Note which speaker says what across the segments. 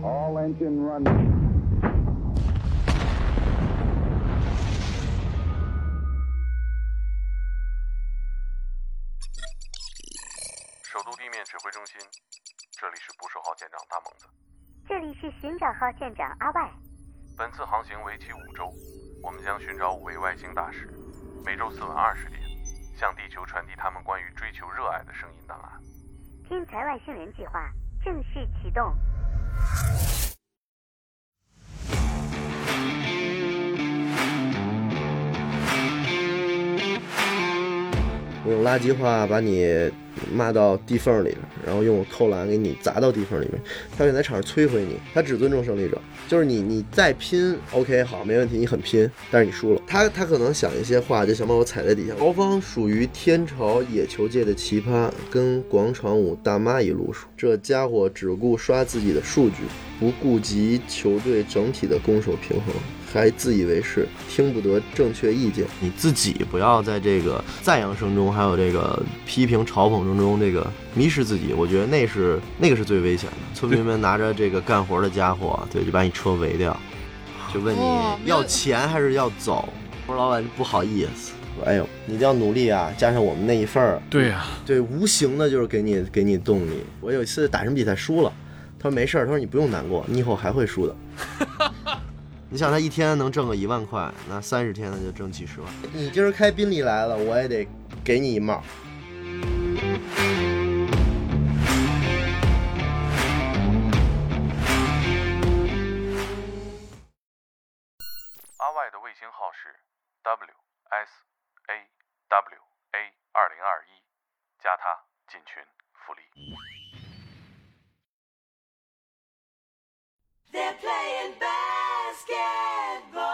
Speaker 1: giant and run.
Speaker 2: 我用垃圾话把你骂到地缝里边，然后用扣篮给你砸到地缝里面。他想在场上摧毁你，他只尊重胜利者，就是你你再拼，OK 好没问题，你很拼，但是你输了。他他可能想一些话，就想把我踩在底下。高方属于天朝野球界的奇葩，跟广场舞大妈一路数。这家伙只顾刷自己的数据，不顾及球队整体的攻守平衡。还自以为是，听不得正确意见。
Speaker 3: 你自己不要在这个赞扬声中，还有这个批评嘲讽声中，这个迷失自己。我觉得那是那个是最危险的。村民们拿着这个干活的家伙，对，就把你车围掉，就问你
Speaker 4: 哦没有
Speaker 3: 要钱还是要走。我说老板不好意思，说哎呦，你一定要努力啊，加上我们那一份儿，
Speaker 5: 对呀、
Speaker 3: 对，无形的就是给你给你动力。我有一次打什么比赛输了，他说没事儿，他说你不用难过，你以后还会输的。 你想他一天能挣个一万块，那三十天他就挣几十万。你今儿开宾利来了，我也得给你一帽。
Speaker 6: 阿外的卫星号是 W S A W A 二零二一，加他进群福利。
Speaker 7: They're playing basketball.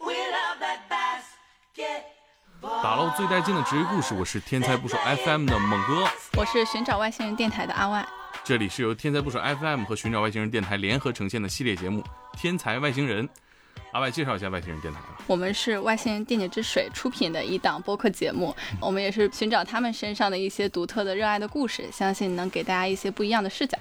Speaker 7: We love that basketball.
Speaker 5: 打捞最带劲的职业故事，我是天才捕手 FM 的猛哥，
Speaker 4: 我是寻找外星人电台的阿外，
Speaker 5: 这里是由天才捕手 FM 和寻找外星人电台联合呈现的系列节目《天才外星人》。阿外介绍一下外星人电台吧。
Speaker 4: 我们是外星人电解之水出品的一档播客节目，我们也是寻找他们身上的一些独特的热爱的故事，相信能给大家一些不一样的视角。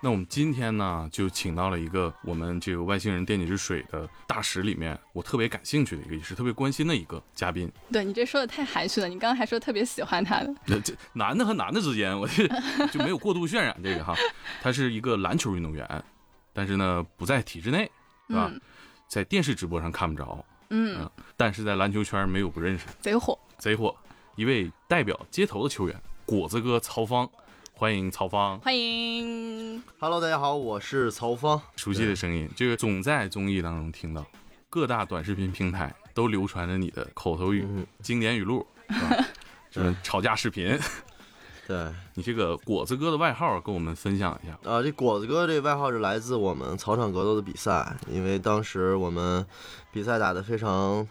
Speaker 5: 那我们今天呢，就请到了一个我们这个外星人电解质水的大使里面，我特别感兴趣的一个，也是特别关心的一个嘉宾。
Speaker 4: 对你这说的太含蓄了，你刚刚还说特别喜欢他的，
Speaker 5: 那这男的和男的之间，我这就没有过度渲染这个 哈。他是一个篮球运动员，但是呢不在体制内，是吧？
Speaker 4: 嗯
Speaker 5: 在电视直播上看不着，
Speaker 4: 嗯，
Speaker 5: 但是在篮球圈没有不认识的，
Speaker 4: 贼火，
Speaker 5: 贼火。一位代表街头的球员，果子哥曹芳，欢迎曹芳，
Speaker 4: 欢迎。
Speaker 3: Hello，大家好，我是曹芳。
Speaker 5: 熟悉的声音，这个总在综艺当中听到，各大短视频平台都流传着你的口头语、
Speaker 3: 嗯
Speaker 5: 经典语录，是吧？什么吵架视频，
Speaker 3: 对，啊、
Speaker 5: 你这个果子哥的外号跟我们分享一下。
Speaker 3: 这果子哥这外号是来自我们草场格斗的比赛，因为当时我们比赛打得非常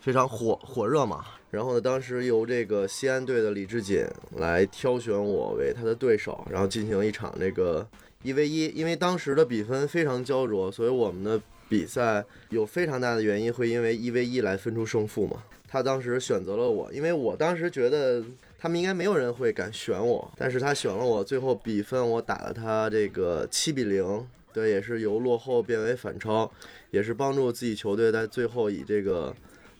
Speaker 3: 非常火火热嘛。然后呢，当时由这个西安队的李志锦来挑选我为他的对手，然后进行一场这个一 v 一，因为当时的比分非常焦灼，所以我们的比赛有非常大的原因会因为一 v 一来分出胜负嘛。他当时选择了我，因为我当时觉得他们应该没有人会敢选我，但是他选了我，最后比分我打了他这个七比零，对，也是由落后变为反超，也是帮助自己球队在最后以这个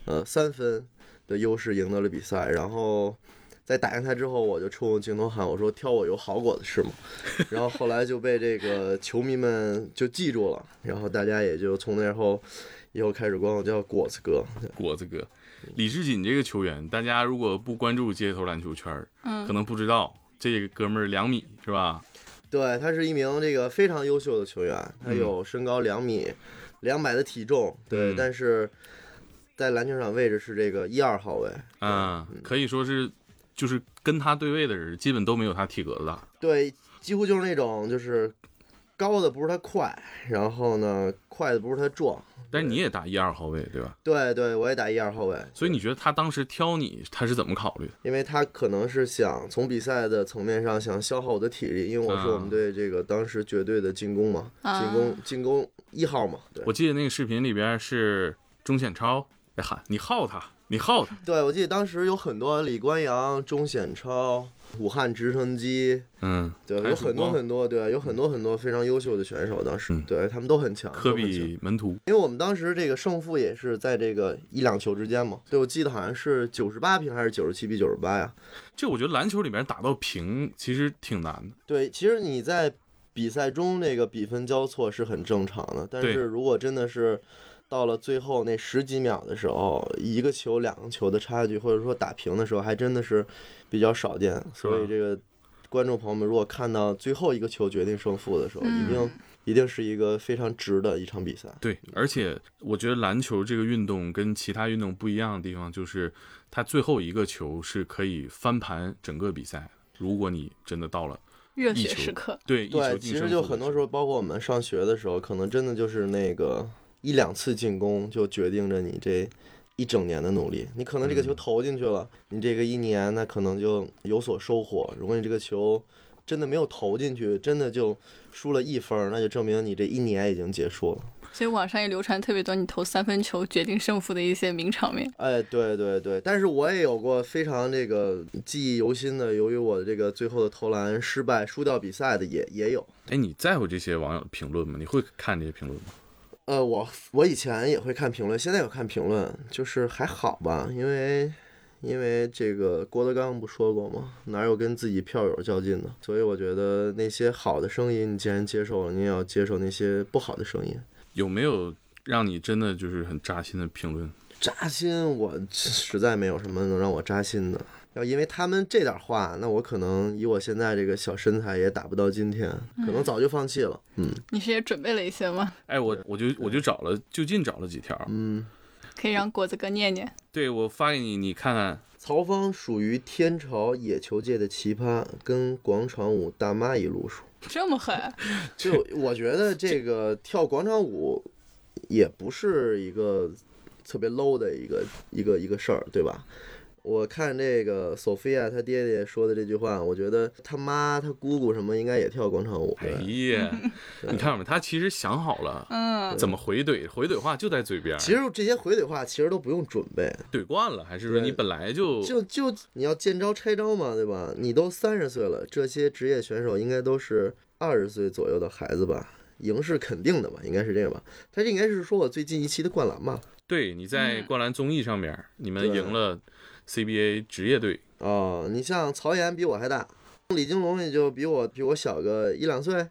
Speaker 3: 呃三分的优势赢得了比赛，然后。在打赢他之后，我就冲镜头喊：“我说挑我有好果子吃吗？” 然后后来就被这个球迷们就记住了，然后大家也就从那后以后开始管我叫果子哥。
Speaker 5: 果子哥，李志锦这个球员，大家如果不关注街头篮球圈儿，
Speaker 4: 嗯
Speaker 5: 可能不知道这个哥们儿两米是吧？
Speaker 3: 对，他是一名这个非常优秀的球员，他
Speaker 5: 嗯
Speaker 3: 有身高两米两百的体重，对，
Speaker 5: 嗯
Speaker 3: 但是在篮球场位置是这个一二号位，
Speaker 5: 嗯，可以说是就是跟他对位的人，基本都没有他体格子大。
Speaker 3: 对，几乎就是那种就是高的不是他快，然后呢快的不是他壮，
Speaker 5: 但是你也打一二号位对吧？
Speaker 3: 对对，我也打一二号位，
Speaker 5: 所以你觉得他当时挑你，他是怎么考虑的？
Speaker 3: 因为他可能是想从比赛的层面上想消耗我的体力，因为
Speaker 5: 啊
Speaker 3: 我是我们队这个当时绝对的进攻嘛，
Speaker 4: 啊
Speaker 3: 进攻进攻一号嘛，对
Speaker 5: 我记得那个视频里边是钟显超在喊你耗他，你耗他，
Speaker 3: 对，我记得当时有很多李关阳、钟显超、武汉直升机，
Speaker 5: 嗯，
Speaker 3: 对，
Speaker 5: 还
Speaker 3: 有很多
Speaker 5: 曙光
Speaker 3: 很多，对，有很多很多非常优秀的选手，当时、
Speaker 5: 嗯
Speaker 3: 对他们都很强，
Speaker 5: 科
Speaker 3: 都很强
Speaker 5: 比门徒，
Speaker 3: 因为我们当时这个胜负也是在这个一两球之间嘛，对，我记得好像是九十八平还是九十七比九十八呀？
Speaker 5: 这我觉得篮球里面打到平其实挺难的，
Speaker 3: 对，其实你在比赛中那个比分交错是很正常的，但
Speaker 5: 对
Speaker 3: 是如果真的是到了最后那十几秒的时候，一个球两个球的差距，或者说打平的时候，还真的是比较少见。所以这个观众朋友们，如果看到最后一个球决定胜负的时候，
Speaker 4: 嗯
Speaker 3: 一定一定是一个非常值的一场比赛。
Speaker 5: 对，而且我觉得篮球这个运动跟其他运动不一样的地方就是，它最后一个球是可以翻盘整个比赛。如果你真的到了
Speaker 4: 热
Speaker 5: 一
Speaker 4: 血
Speaker 5: 球
Speaker 4: 时刻，
Speaker 5: 对一球
Speaker 3: 对，
Speaker 5: 定
Speaker 3: 其
Speaker 5: 胜
Speaker 3: 实
Speaker 5: 负
Speaker 3: 就
Speaker 5: 的
Speaker 3: 很多时候，包括我们上学的时候，可能真的就是那个一两次进攻就决定着你这一整年的努力。你可能这个
Speaker 5: 嗯
Speaker 3: 球投进去了，你这个一年那可能就有所收获。如果你这个球真的没有投进去，真的就输了一分儿，那就证明你这一年已经结束了。
Speaker 4: 所以网上也流传特别多你投三分球决定胜负的一些名场面。
Speaker 3: 哎，对对对，但是我也有过非常这个记忆犹新的，由于我的这个最后的投篮失败输掉比赛的也也有。
Speaker 5: 哎，你在乎这些网友的评论吗？你会看这些评论吗？
Speaker 3: 呃，我我以前也会看评论，现在有看评论，就是还好吧，因为因为这个郭德纲不说过嘛，哪有跟自己票友较劲的？所以我觉得那些好的声音，你既然接受了，你也要接受那些不好的声音。
Speaker 5: 有没有让你真的就是很扎心的评论？
Speaker 3: 扎心，我实在没有什么能让我扎心的。要因为他们这点话，那我可能以我现在这个小身材也打不到今天，可能早就放弃了。嗯，
Speaker 4: 你是也准备了一些吗？
Speaker 5: 哎，我我就我就找了就近找了几条，
Speaker 3: 嗯
Speaker 4: 可以让果子哥念念。
Speaker 5: 对我发给你，你看看。
Speaker 3: 曹芳属于天朝野球界的奇葩，跟广场舞大妈一路数。
Speaker 4: 这么狠，
Speaker 3: 就我觉得这个跳广场舞也不是一个特别 low 的一个一个一个事儿，对吧？我看这个 Sophia 她爹爹说的这句话，我觉得他妈、他姑姑什么应该也跳广场舞。
Speaker 5: 哎
Speaker 3: 对
Speaker 5: 呀，你看吧，他其实想好了
Speaker 4: 嗯，
Speaker 5: 怎么回怼，回怼话就在嘴边儿，
Speaker 3: 其实这些回怼话其实都不用准备，
Speaker 5: 怼惯了，还是
Speaker 3: 对
Speaker 5: 说你本来就
Speaker 3: 就就你要见招拆招嘛，对吧？你都三十岁了，这些职业选手应该都是二十岁左右的孩子吧？赢是肯定的吧？应该是这个吧？他这应该是说我最近一期的灌篮吧？
Speaker 5: 对，你在
Speaker 4: 嗯
Speaker 5: 灌篮综艺上面，你们
Speaker 3: 对
Speaker 5: 赢了 CBA 职业队，
Speaker 3: 哦，你像曹岩比我还大，李金龙也就比我比我小个一两岁，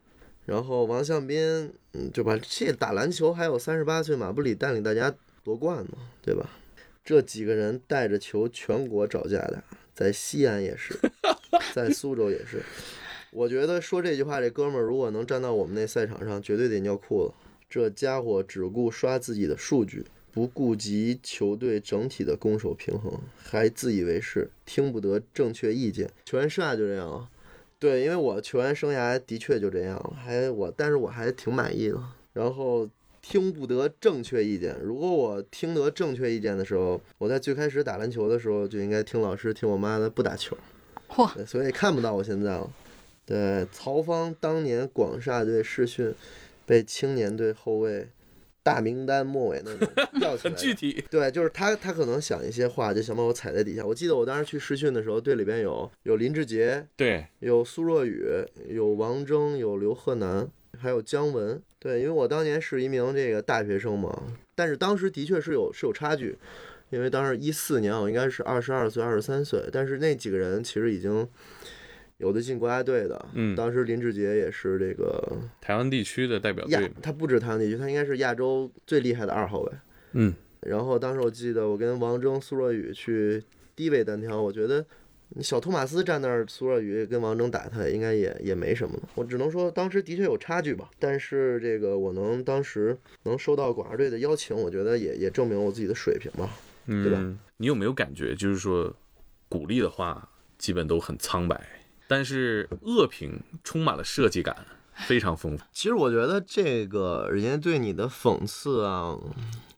Speaker 3: 然后王向斌，嗯，就把这打篮球还有三十八岁马布里带领大家夺冠嘛，对吧？这几个人带着球全国找架打，在西安也是，在苏州也是。我觉得说这句话，这哥们儿如果能站到我们那赛场上，绝对得尿裤子。这家伙只顾刷自己的数据，不顾及球队整体的攻守平衡，还自以为是，听不得正确意见。球员生涯就这样了，对，因为我球员生涯的确就这样了，还我，但是我还挺满意的。然后听不得正确意见，如果我听得正确意见的时候，我在最开始打篮球的时候就应该听老师、听我妈的，不打球。
Speaker 4: 嚯，
Speaker 3: 对，所以看不到我现在了。对，曹芳当年广厦队试训，被青年队后卫大名单末尾那种吊起来
Speaker 5: 很
Speaker 3: 的，
Speaker 5: 具体。
Speaker 3: 对，就是他，他可能想一些话，就想把我踩在底下。我记得我当时去试训的时候，队里边有有林志杰，
Speaker 5: 对，
Speaker 3: 有苏若雨，有王铮，有刘贺南，还有姜文。对，因为我当年是一名这个大学生嘛，但是当时的确是有是有差距，因为当时一四年我应该是二十二岁、二十三岁，但是那几个人其实已经有的进国家队的。
Speaker 5: 嗯
Speaker 3: 当时林志杰也是这个
Speaker 5: 台湾地区的代表
Speaker 3: 亚
Speaker 5: 队嘛，，
Speaker 3: 他不止台湾地区，他应该是亚洲最厉害的二号位。
Speaker 5: 嗯，
Speaker 3: 然后当时我记得我跟王铮、苏若雨去低位单挑，我觉得小托马斯站那儿，苏若雨跟王铮打他应该也也没什么了。我只能说当时的确有差距吧，但是这个我能当时能收到广二队的邀请，我觉得也也证明我自己的水平吧。对吧
Speaker 5: 嗯，你有没有感觉，就是说，鼓励的话基本都很苍白，但是恶评充满了设计感，非常丰富。
Speaker 3: 其实我觉得这个人家对你的讽刺啊，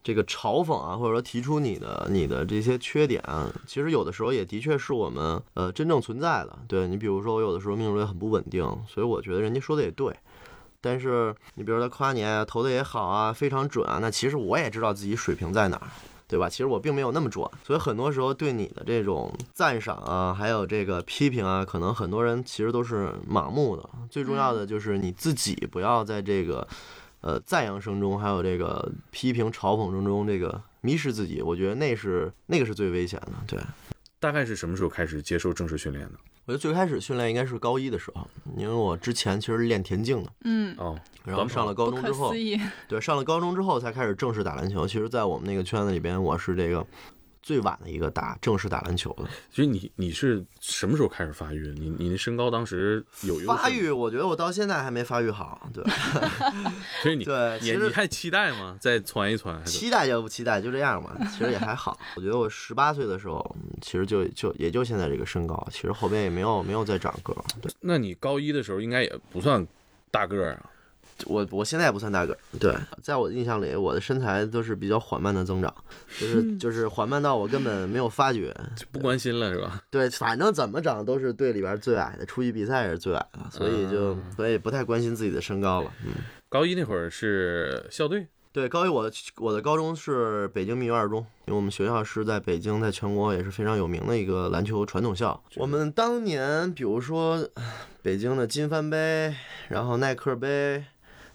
Speaker 3: 这个嘲讽啊，或者说提出你的你的这些缺点啊，其实有的时候也的确是我们呃真正存在的。对你比如说，我有的时候命中率很不稳定，所以我觉得人家说的也对。但是你比如说他夸你啊投的也好啊，非常准啊，那其实我也知道自己水平在哪儿。对吧？其实我并没有那么壮，所以很多时候对你的这种赞赏啊，还有这个批评啊，可能很多人其实都是盲目的。最重要的就是你自己不要在这个呃赞扬声中，还有这个批评嘲讽声中，这个迷失自己。我觉得那是那个是最危险的。对，
Speaker 5: 大概是什么时候开始接受正式训练的？
Speaker 3: 我觉得最开始训练应该是高一的时候，因为我之前其实练田径的，
Speaker 4: 嗯，
Speaker 5: 哦，
Speaker 3: 然后上了高
Speaker 4: 不
Speaker 3: 中
Speaker 4: 可
Speaker 3: 之后
Speaker 4: 思，议，
Speaker 3: 对，上了高中之后才开始正式打篮球。其实，在我们那个圈子里边，我是这个最晚的一个打正式打篮球的。
Speaker 5: 所以你你是什么时候开始发育？你你的身高当时有优势吗
Speaker 3: 发育，，我觉得我到现在还没发育好。 对，
Speaker 5: 所以你
Speaker 3: 对
Speaker 5: 你
Speaker 3: 其实
Speaker 5: 你还期待吗？再传一传，还是
Speaker 3: 期待就不期待，就这样吧。其实也还好。我觉得我十八岁的时候，嗯其实就就也就现在这个身高，其实后边也没有没有再长个儿。对，
Speaker 5: 那你高一的时候应该也不算大个儿啊。
Speaker 3: 我我现在也不算大个儿。对，在我的印象里，我的身材都是比较缓慢的增长，就是就是缓慢到我根本没有发觉。
Speaker 5: 就不关心了是吧？
Speaker 3: 对，反正怎么长都是队里边最矮的，出去比赛也是最矮的，所以就、所以不太关心自己的身高了。嗯，
Speaker 5: 高一那会儿是校队，
Speaker 3: 对，高一我的我的高中是北京密云二中，因为我们学校是在北京，在全国也是非常有名的一个篮球传统校。我们当年比如说北京的金帆杯，然后耐克杯。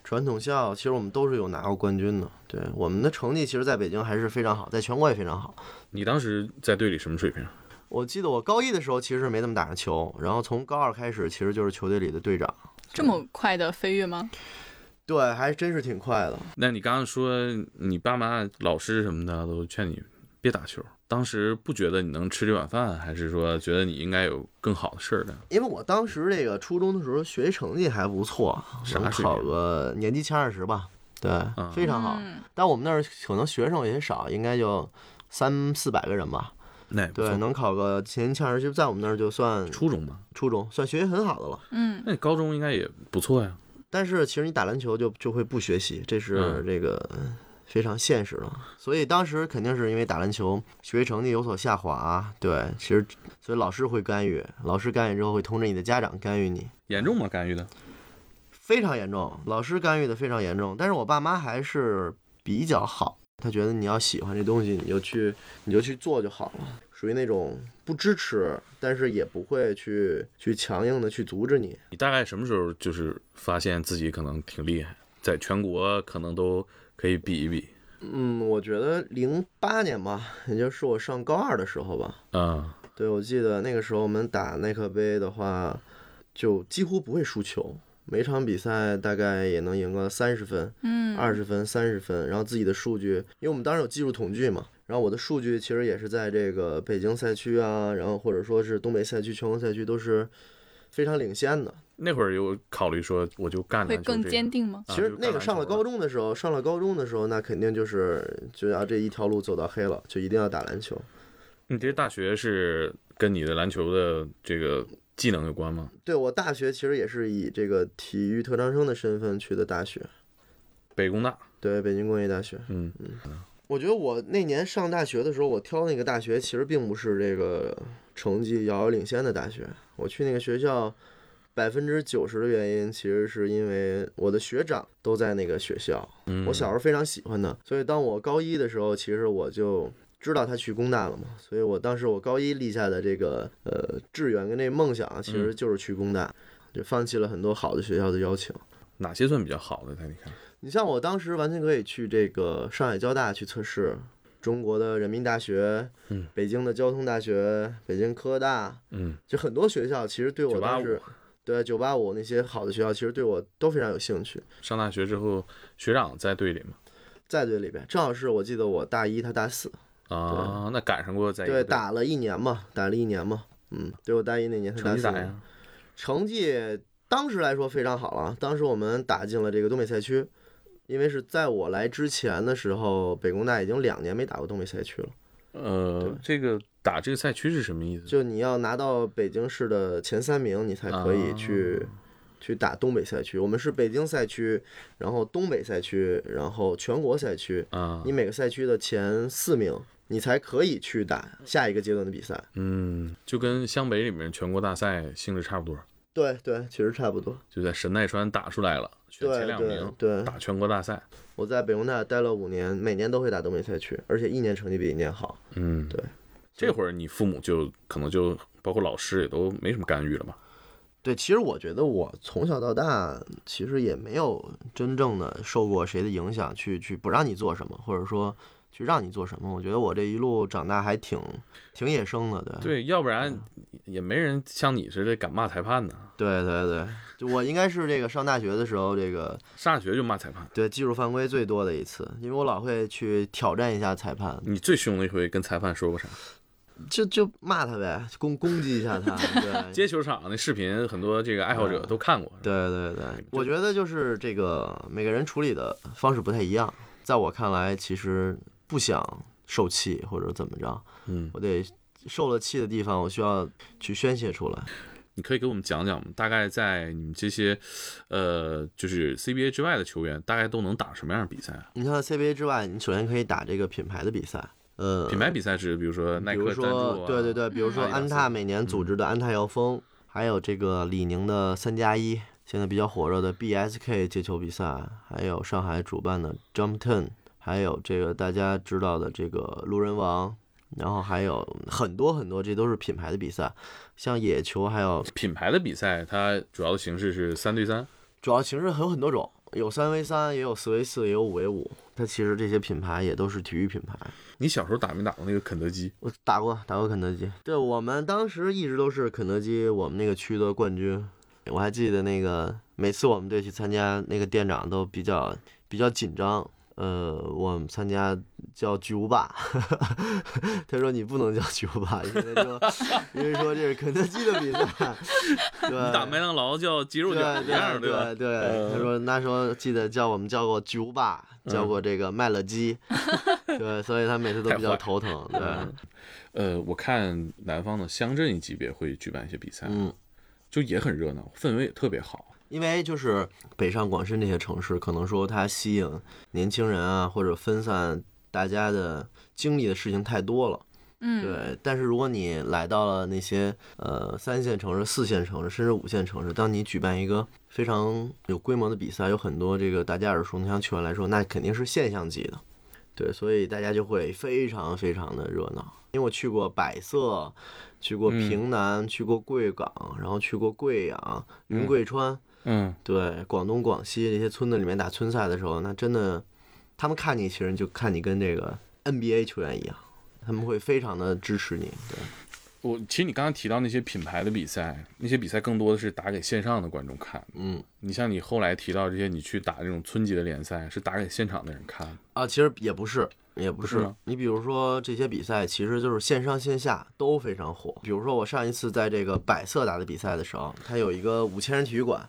Speaker 3: 传统校其实我们都是有拿过冠军的，对我们的成绩其实在北京还是非常好，在全国也非常好。
Speaker 5: 你当时在队里什么水平？
Speaker 3: 我记得我高一的时候其实是没怎么打上球，然后从高二开始其实就是球队里的队长，
Speaker 4: 这么快的飞跃吗？
Speaker 3: 对，还真是挺快的。
Speaker 5: 那你刚刚说你爸妈、老师什么的都劝你别打球，当时不觉得你能吃这碗饭，还是说觉得你应该有更好的事儿干？
Speaker 3: 因为我当时这个初中的时候学习成绩还不错，
Speaker 5: 啊 啥
Speaker 3: 能
Speaker 5: 水
Speaker 3: 考
Speaker 5: 平
Speaker 3: 个年级前二十吧，对，非常好。
Speaker 4: 嗯
Speaker 3: 但我们那儿可能学生也少，应该就三四百个人吧，
Speaker 5: 那也不
Speaker 3: 对，
Speaker 5: 错，
Speaker 3: 能考个年级前二十，在我们那儿就算
Speaker 5: 初中吧，
Speaker 3: 初中算学习很好的了。
Speaker 4: 嗯，
Speaker 5: 那你高中应该也不错呀。
Speaker 3: 但是其实你打篮球就就会不学习，这是
Speaker 5: 嗯
Speaker 3: 这个呃非常现实的。所以当时肯定是因为打篮球学习成绩有所下滑，对，其实所以老师会干预，老师干预之后会通知你的家长干预你，
Speaker 5: 严重吗？干预的？
Speaker 3: 非常严重，老师干预的非常严重。但是我爸妈还是比较好，他觉得你要喜欢这东西，你就去你就去做就好了，属于那种不支持，但是也不会去去强硬的去阻止你。
Speaker 5: 你大概什么时候就是发现自己可能挺厉害，在全国可能都可以比一比？
Speaker 3: 嗯，我觉得零八年吧，也就是我上高二的时候吧。
Speaker 5: 啊、
Speaker 3: 对，我记得那个时候我们打耐克杯的话，就几乎不会输球，每场比赛大概也能赢个三十分、
Speaker 4: 嗯
Speaker 3: 二十分、三十分。然后自己的数据，因为我们当时有技术统计嘛，然后我的数据其实也是在这个北京赛区啊，然后或者说是东北赛区、全国赛区都是非常领先的。
Speaker 5: 那会儿有考虑说我就干
Speaker 4: 会
Speaker 5: 篮球
Speaker 4: 更
Speaker 5: 这
Speaker 4: 坚
Speaker 5: 个。
Speaker 4: 定吗？
Speaker 5: 啊
Speaker 3: 其实
Speaker 5: 就干
Speaker 3: 那个
Speaker 5: 篮
Speaker 3: 上
Speaker 5: 球
Speaker 3: 了高中的时候，上了高中的时候，那肯定就是就要这一条路走到黑了，就一定要打篮球。
Speaker 5: 你这大学是跟你的篮球的这个技能有关吗？
Speaker 3: 对我大学其实也是以这个体育特长生的身份去的大学，
Speaker 5: 北工大，
Speaker 3: 对北京工业大学。
Speaker 5: 嗯，
Speaker 3: 我觉得我那年上大学的时候，我挑那个大学其实并不是这个成绩遥遥领先的大学。我去那个学校，百分之九十的原因其实是因为我的学长都在那个学校，
Speaker 5: 嗯
Speaker 3: 我小时候非常喜欢他，所以当我高一的时候，其实我就。知道他去工大了嘛，所以我当时我高一立下的这个呃志愿跟这梦想，其实就是去工大，就放弃了很多好的学校的邀请。
Speaker 5: 哪些算比较好的？在你看，
Speaker 3: 你像我当时完全可以去这个上海交大去测试，中国的人民大学，
Speaker 5: 嗯，
Speaker 3: 北京的交通大学，北京科大，
Speaker 5: 嗯，
Speaker 3: 就很多学校其实对我当时
Speaker 5: 985，
Speaker 3: 对九八五那些好的学校，其实对我都非常有兴趣。
Speaker 5: 上大学之后，学长在队里吗？
Speaker 3: 在队里边，正好是我记得我大一，他大四，
Speaker 5: 啊，那赶上过在一个
Speaker 3: 对，
Speaker 5: 队
Speaker 3: 打了一年嘛，打了一年嘛，嗯，对我大一那年，他
Speaker 5: 成
Speaker 3: 大
Speaker 5: 绩
Speaker 3: 四
Speaker 5: 咋
Speaker 3: 那年，
Speaker 5: 样？
Speaker 3: 成绩当时来说非常好了，当时我们打进了这个东北赛区，因为是在我来之前的时候，北工大已经两年没打过东北赛区了。
Speaker 5: 呃
Speaker 3: 对，
Speaker 5: 这个打这个赛区是什么意思？
Speaker 3: 就你要拿到北京市的前三名，你才可以去、
Speaker 5: 啊
Speaker 3: 去打东北赛区。我们是北京赛区，然后东北赛区，然后全国赛区，
Speaker 5: 啊
Speaker 3: 你，每个赛区的前四名，你才可以去打下一个阶段的比赛。
Speaker 5: 嗯，就跟湘北里面全国大赛性质差不多。
Speaker 3: 对对，其实差不多。
Speaker 5: 就在神奈川打出来了，选前两名
Speaker 3: 对对对
Speaker 5: 打全国大赛。
Speaker 3: 我在北工大待了五年，每年都会打东北赛区，而且一年成绩比一年好。
Speaker 5: 嗯，
Speaker 3: 对。
Speaker 5: 这会儿你父母就可能就包括老师也都没什么干预了吧？
Speaker 3: 对，其实我觉得我从小到大其实也没有真正的受过谁的影响去，去不让你做什么，或者说去让你做什么。我觉得我这一路长大还挺挺野生的，对
Speaker 5: 对，要不然
Speaker 3: 啊
Speaker 5: 也没人像你似的敢骂裁判呢。
Speaker 3: 对对对，就我应该是这个上大学的时候，这个
Speaker 5: 上大学就骂裁判，
Speaker 3: 对技术犯规最多的一次，因为我老会去挑战一下裁判，
Speaker 5: 你最凶的一回跟裁判说过啥？
Speaker 3: 就就骂他呗，攻攻击一下他， 对，
Speaker 5: 接球场那视频，很多这个爱好者都看过。是吧，
Speaker 3: 啊对对对，我觉得就是这个每个人处理的方式不太一样。在我看来，其实不想受气或者怎么着，
Speaker 5: 嗯，
Speaker 3: 我得受了气的地方，我需要去宣泄出来。
Speaker 5: 你可以给我们讲讲吗？大概在你们这些，呃，就是 CBA 之外的球员，大概都能打什么样的比赛啊？
Speaker 3: 你像 CBA 之外，你首先可以打这个品牌的比赛，呃，
Speaker 5: 品牌比赛是比如说
Speaker 3: 比
Speaker 5: 耐
Speaker 3: 如
Speaker 5: 克赞助
Speaker 3: 说
Speaker 5: 啊，
Speaker 3: 对对对，比如说
Speaker 5: 阿迪达斯
Speaker 3: 安踏每年组
Speaker 5: 嗯
Speaker 3: 织的安踏摇风，还有这个李宁的三加一，现在比较火热的 BSK 接球比赛，还有上海主办的 Jump Ten，还有这个大家知道的这个路人王，然后还有很多很多，这都是品牌的比赛，像野球还有
Speaker 5: 品牌的比赛，它主要的形式是三对三，
Speaker 3: 主要形式还有很多种，有三 v 三，也有四 v 四，也有五 v 五。它其实这些品牌也都是体育品牌。
Speaker 5: 你小时候打没打过那个肯德基？
Speaker 3: 我打过打过肯德基，对我们当时一直都是肯德基我们那个区的冠军。我还记得那个每次我们队去参加，那个店长都比较比较紧张。呃，我们参加叫巨无霸， 他说你不能叫巨无霸，因为说 因为说这是肯德基的比 赛，对，
Speaker 5: 你打麦当劳叫鸡肉
Speaker 3: 对
Speaker 5: 卷一样，
Speaker 3: 对
Speaker 5: 吧？嗯
Speaker 3: 对，他说那时候记得叫我们叫过巨无霸，叫过这个麦乐 鸡，对，所以他每次都比较头疼。对，
Speaker 5: 呃，我看南方的乡镇级别会举办一些比赛，啊
Speaker 3: 嗯，
Speaker 5: 就也很热闹，氛围也特别好。
Speaker 3: 因为就是北上广深这些城市，可能说它吸引年轻人啊，或者分散大家的精力的事情太多了。
Speaker 4: 嗯，
Speaker 3: 对，但是如果你来到了那些呃三线城市、四线城市，甚至五线城市，当你举办一个非常有规模的比赛，有很多这个大家耳熟能详球员来说，那肯定是现象级的。对，所以大家就会非常非常的热闹。因为我去过百色，去过平南，去过贵港，然后去过贵阳、云贵川，
Speaker 5: 嗯，
Speaker 3: 对，广东、广西这些村子里面打村赛的时候，那真的，他们看你其实就看你跟这个 NBA 球员一样，他们会非常的支持你。对，
Speaker 5: 我其实你刚刚提到那些品牌的比赛，那些比赛更多的是打给线上的观众看。
Speaker 3: 嗯，
Speaker 5: 你像你后来提到这些，你去打这种村级的联赛，是打给现场的人看的。
Speaker 3: 啊，其实也不是，也不
Speaker 5: 不
Speaker 3: 是
Speaker 5: 是吗。
Speaker 3: 你比如说这些比赛，其实就是线上线下都非常火。比如说我上一次在这个百色打的比赛的时候，它有一个五千人体育馆，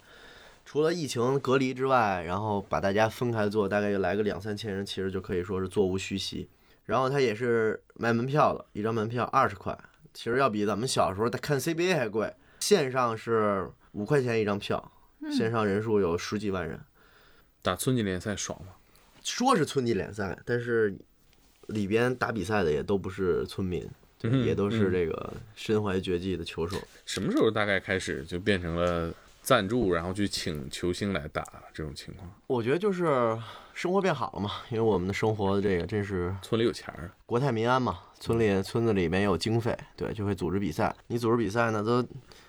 Speaker 3: 除了疫情隔离之外，然后把大家分开坐，大概就来个两三千人，其实就可以说是座无虚席。然后它也是卖门票的，一张门票二十块，其实要比咱们小时候看 CBA 还贵。线上是五块钱一张票，线上人数有十几万人。
Speaker 5: 打村级联赛爽吗？
Speaker 3: 说是村级联赛，但是里边打比赛的也都不是村民，对
Speaker 5: 嗯
Speaker 3: 也都是
Speaker 5: 嗯
Speaker 3: 这个身怀绝技的球手。
Speaker 5: 什么时候大概开始就变成了赞助，然后去请球星来打这种情况？
Speaker 3: 我觉得就是生活变好了嘛，因为我们的生活这个真是
Speaker 5: 村里有钱儿，
Speaker 3: 国泰民安嘛，村里村子里面有经费，对，就会组织比赛。你组织比赛呢，都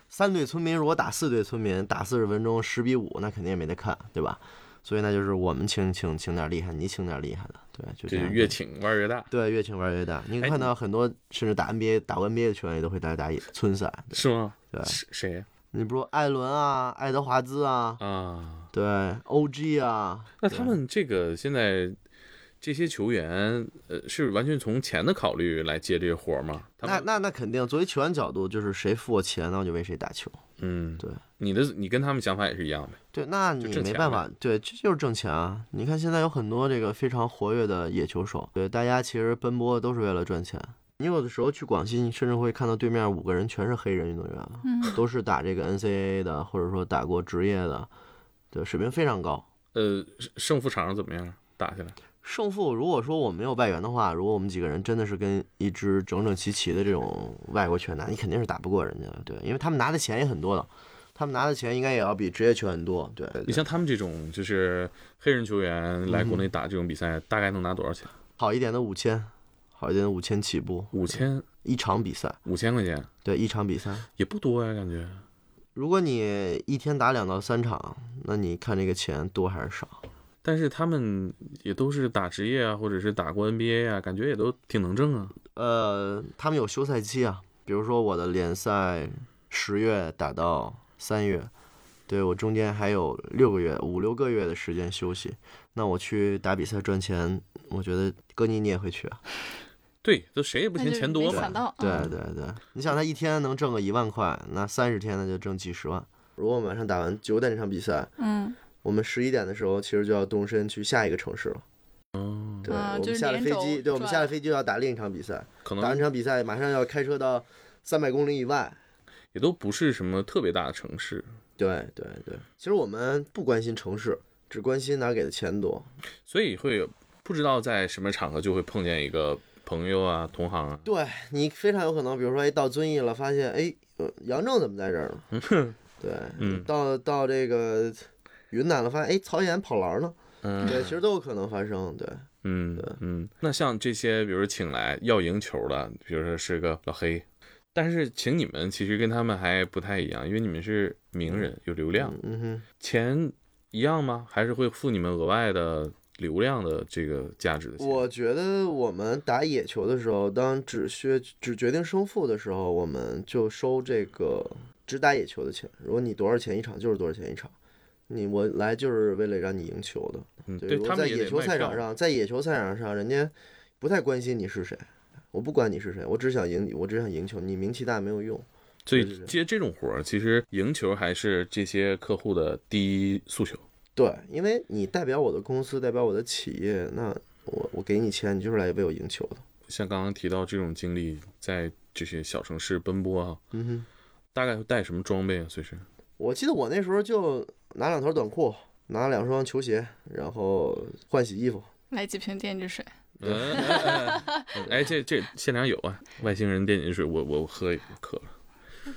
Speaker 3: 三队村民如果打四队村民，打四十分钟十比五，那肯定也没得看，对吧？所以那就是我们请请请点厉害，你请点厉害的，对，就这
Speaker 5: 这
Speaker 3: 样。
Speaker 5: 越请腕儿越大，
Speaker 3: 对，越请玩越大。你
Speaker 5: 哎
Speaker 3: 看
Speaker 5: 你
Speaker 3: 到很多甚至打 NBA、打过 NBA 的球员也都会打打村赛。对
Speaker 5: 是吗？
Speaker 3: 对
Speaker 5: 是谁呀
Speaker 3: 你比如艾伦啊、爱德华兹啊，
Speaker 5: 啊？
Speaker 3: 对，OG 啊，
Speaker 5: 那他们这个现在这些球员，呃，是完全从钱的考虑来接这个活儿吗？他
Speaker 3: 那
Speaker 5: 们
Speaker 3: 那那肯定，作为球员角度，就是谁付我钱，那我就为谁打球。
Speaker 5: 嗯，
Speaker 3: 对，
Speaker 5: 你的你跟他们想法也是一样呗。
Speaker 3: 对，那
Speaker 5: 就
Speaker 3: 你
Speaker 5: 挣
Speaker 3: 没
Speaker 5: 钱
Speaker 3: 办
Speaker 5: 呗
Speaker 3: 法，对，这就是挣钱啊！你看现在有很多这个非常活跃的野球手，对，大家其实奔波都是为了赚钱。你有的时候去广西，你甚至会看到对面五个人全是黑人运动员了，都是打这个 NCAA 的，或者说打过职业的，对，水平非常高。
Speaker 5: 呃，胜胜负场怎么样？打起来，
Speaker 3: 胜负，如果说我没有外援的话，如果我们几个人真的是跟一支整整齐齐的这种外国拳打，你肯定是打不过人家的，对，因为他们拿的钱也很多的，他们拿的钱应该也要比职业球员多。对，对
Speaker 5: 你像他们这种就是黑人球员来国
Speaker 3: 嗯
Speaker 5: 内打这种比赛，大概能拿多少钱？
Speaker 3: 好一点的五千，好一点的五千起步，
Speaker 5: 五千
Speaker 3: 一场比赛，
Speaker 5: 五千块钱
Speaker 3: 对，一场比赛。
Speaker 5: 也不多呀，感觉。
Speaker 3: 如果你一天打两到三场，那你看这个钱多还是少？
Speaker 5: 但是他们也都是打职业啊，或者是打过 NBA 啊，感觉也都挺能挣啊。
Speaker 3: 呃，他们有休赛期啊，比如说我的联赛十月打到三月，对我中间还有六个月、五六个月的时间休息，那我去打比赛赚钱，我觉得哥尼你也会去啊。
Speaker 5: 对，都谁也不
Speaker 4: 那
Speaker 5: 嫌
Speaker 4: 就
Speaker 5: 钱
Speaker 4: 没
Speaker 5: 多
Speaker 4: 想
Speaker 5: 嘛。
Speaker 4: 到，
Speaker 3: 对
Speaker 4: 嗯
Speaker 3: 对对，你想他一天能挣个一万块，那三十天那就挣几十万。如果我们晚上打完九点这场比赛，
Speaker 4: 嗯，
Speaker 3: 我们十一点的时候其实就要动身去下一个城市了。
Speaker 5: 哦，
Speaker 3: 对，
Speaker 4: 啊
Speaker 3: 我
Speaker 4: 就
Speaker 3: 们
Speaker 4: 是
Speaker 3: 下了
Speaker 4: 连
Speaker 3: 飞
Speaker 4: 轴
Speaker 3: 机，对，我们
Speaker 4: 转
Speaker 3: 下了飞机就要打另一场比赛，
Speaker 5: 可
Speaker 3: 打完
Speaker 5: 能
Speaker 3: 这场比赛马上要开车到三百公里以外。
Speaker 5: 也都不是什么特别大的城市，
Speaker 3: 对对对，其实我们不关心城市，只关心哪给的钱多。
Speaker 5: 所以会有不知道在什么场合就会碰见一个朋友啊、同行啊，
Speaker 3: 对你非常有可能，比如说，哎，到遵义了，发现，哎，呃杨正怎么在这儿呢？ 对，
Speaker 5: 嗯
Speaker 3: 到到这个云南了，发现，哎，曹岩跑栏呢？
Speaker 5: 嗯，
Speaker 3: 对，其实都有可能发生。对，
Speaker 5: 嗯嗯，那像这些，比如说请来要赢球的，比如说是个老黑，但是请你们其实跟他们还不太一样，因为你们是名人，有流量，
Speaker 3: 嗯哼，
Speaker 5: 钱一样吗？还是会付你们额外的流量的这个价值的钱？
Speaker 3: 我觉得我们打野球的时候，当只需只决定胜负的时候，我们就收这个只打野球的钱。如果你多少钱一场，就是多少钱一场。你我来就是为了让你赢球的。
Speaker 5: 嗯，
Speaker 3: 对，
Speaker 5: 对
Speaker 3: 如果
Speaker 5: 他
Speaker 3: 在
Speaker 5: 们也
Speaker 3: 野
Speaker 5: 得
Speaker 3: 球
Speaker 5: 卖
Speaker 3: 赛
Speaker 5: 票
Speaker 3: 场，上，在野球赛场上，人家不太关心你是谁，我不管你是谁，我只想赢你，我只想赢球，你名气大没有用。
Speaker 5: 所
Speaker 3: 对
Speaker 5: 以
Speaker 3: 对对
Speaker 5: 接这种活儿，其实赢球还是这些客户的第一诉求。
Speaker 3: 对，因为你代表我的公司，代表我的企业，那我我给你钱，你就是来为我赢球的。
Speaker 5: 像刚刚提到这种经历，在这些小城市奔波啊，
Speaker 3: 嗯哼，
Speaker 5: 大概会带什么装备啊？随时
Speaker 3: 我记得我那时候就拿两条短裤，拿两双球鞋，然后换洗衣服。
Speaker 4: 来几瓶电解水，
Speaker 5: 嗯哎哎哎 哎，这这现场有啊，外星人电解水，我我喝一口渴了，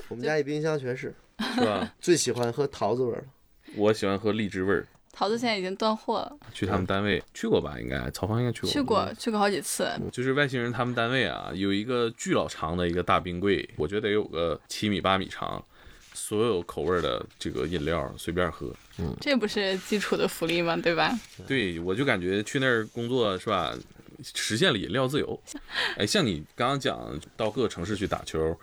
Speaker 3: 我们家一冰箱全是，
Speaker 5: 是吧？
Speaker 3: 最喜欢喝桃子味儿的。
Speaker 5: 我喜欢喝荔枝味儿。
Speaker 4: 桃子现在已经断货了，
Speaker 5: 去他们单位去过吧？应该曹芳应该去过。
Speaker 4: 去过。去过好几次，
Speaker 3: 嗯
Speaker 5: 就是外星人他们单位啊，有一个巨老长的一个大冰柜，我觉得得有个七米八米长，所有口味儿的这个饮料随便喝。
Speaker 4: 这不是基础的福利吗？对吧？
Speaker 5: 对，我就感觉去那儿工作是吧，实现了饮料自由。哎，像你刚刚讲到各个城市去打球，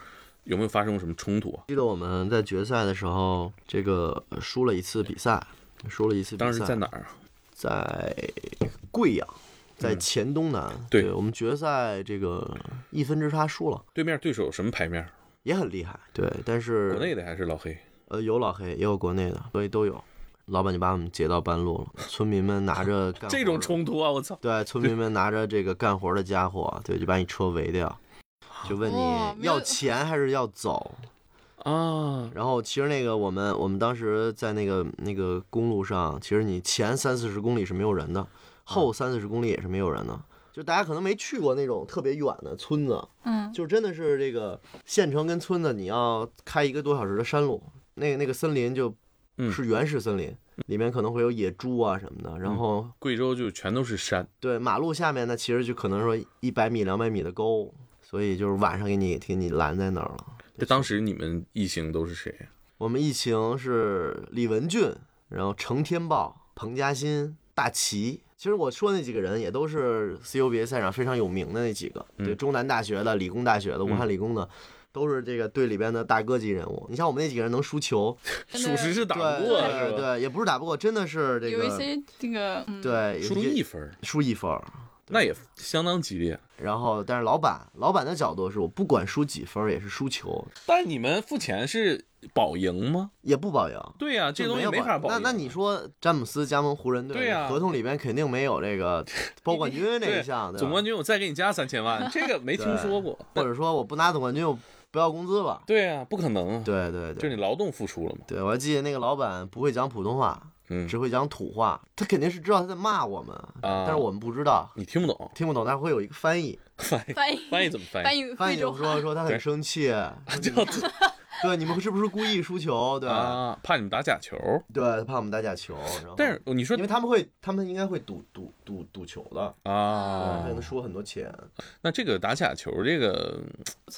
Speaker 5: 有没有发生过什么冲突啊？
Speaker 3: 记得我们在决赛的时候，这个呃输了一次比赛，输了一次比赛。
Speaker 5: 当时在哪儿啊？
Speaker 3: 在贵阳，在黔东南。
Speaker 5: 嗯对
Speaker 3: 我们决赛这个一分之差输了，
Speaker 5: 对面对手什么牌面？
Speaker 3: 也很厉害。对，但是
Speaker 5: 国内的还是老黑？
Speaker 3: 呃有老黑，也有国内的，所以都有。老板就把我们截到半路了，村民们拿着干
Speaker 5: 这种
Speaker 3: 活的
Speaker 5: 冲突啊！我操！
Speaker 3: 对，村民们拿着这个干活的家伙，对，就把你车围掉，就问
Speaker 4: 哇
Speaker 3: 你
Speaker 4: 哦没有
Speaker 3: 要钱还是要走。
Speaker 5: 啊，
Speaker 3: 然后其实那个我们我们当时在那个那个公路上，其实你前三四十公里是没有人的，后三四十公里也是没有人的。就大家可能没去过那种特别远的村子，
Speaker 4: 嗯，
Speaker 3: 就真的是这个县城跟村子，你要开一个多小时的山路，那那个森林就
Speaker 5: 嗯
Speaker 3: 是原始森林，里面可能会有野猪啊什么的。然后
Speaker 5: 贵州就全都是山。
Speaker 3: 对，马路下面呢，其实就可能说一百米、两百米的沟，所以就是晚上给你给你拦在那儿了。
Speaker 5: 这当时你们一行都是谁啊？
Speaker 3: 我们疫情是李文俊，然后程天豹、彭佳欣、大齐。其实我说那几个人也都是 CUBA 赛场非常有名的那几个，
Speaker 5: 嗯
Speaker 3: 对，中南大学的、理工大学的、武汉理工的，都是这个队里边的大哥级人物。你像我们那几个人能输球，
Speaker 5: 属实是打
Speaker 3: 对
Speaker 5: 不过，
Speaker 3: 对
Speaker 5: 是吧？
Speaker 3: 对，也不是打不过，真的是这
Speaker 4: 有一
Speaker 3: 个
Speaker 4: 些这个，嗯，
Speaker 3: 对
Speaker 5: 输一分儿，
Speaker 3: 输一分儿，
Speaker 5: 那也相当激烈。
Speaker 3: 然后，但是老板老板的角度是我不管输几分儿也是输球，
Speaker 5: 但是你们付钱是保赢吗？
Speaker 3: 也不保赢。
Speaker 5: 对呀、这
Speaker 3: 就
Speaker 5: 东西
Speaker 3: 有
Speaker 5: 没
Speaker 3: 保
Speaker 5: 法保
Speaker 3: 那
Speaker 5: 赢。啊
Speaker 3: 那你说詹姆斯加盟湖人队，
Speaker 5: 对呀
Speaker 3: 合同里边肯定没有这 个包冠军这
Speaker 5: 对
Speaker 3: 一项，对吧
Speaker 5: 总冠军我再给你加三 千万，这个没听说过。
Speaker 3: 或者说我不拿总冠军，我不要工资了。
Speaker 5: 对啊，不可能啊！
Speaker 3: 对对
Speaker 5: 就
Speaker 3: 对，
Speaker 5: 是你劳动付出了嘛。
Speaker 3: 对我还记得那个老板不会讲普通话，
Speaker 5: 嗯啊
Speaker 3: 只会讲土话，他肯定是知道他在骂我们，但是我们不知道，
Speaker 5: 你听 不懂，
Speaker 3: 听不懂，他会有一个翻译，
Speaker 5: 翻译
Speaker 4: 翻译
Speaker 5: 翻译怎么翻
Speaker 4: 翻
Speaker 5: 译？
Speaker 4: 译
Speaker 3: 翻
Speaker 4: 贵
Speaker 3: 译
Speaker 4: 州
Speaker 3: 就
Speaker 4: 话
Speaker 3: 说说他很
Speaker 5: 对
Speaker 3: 生气，
Speaker 5: 这
Speaker 3: 对，你们是不是故意输球？对吧，
Speaker 5: 啊，怕你们打假球。
Speaker 3: 对，怕我们打假球。然后
Speaker 5: 但是你说
Speaker 3: 哦因为他们会，他们应该会赌赌赌赌球的，
Speaker 5: 啊
Speaker 3: 可，能输很多钱。
Speaker 5: 那这个打假球这个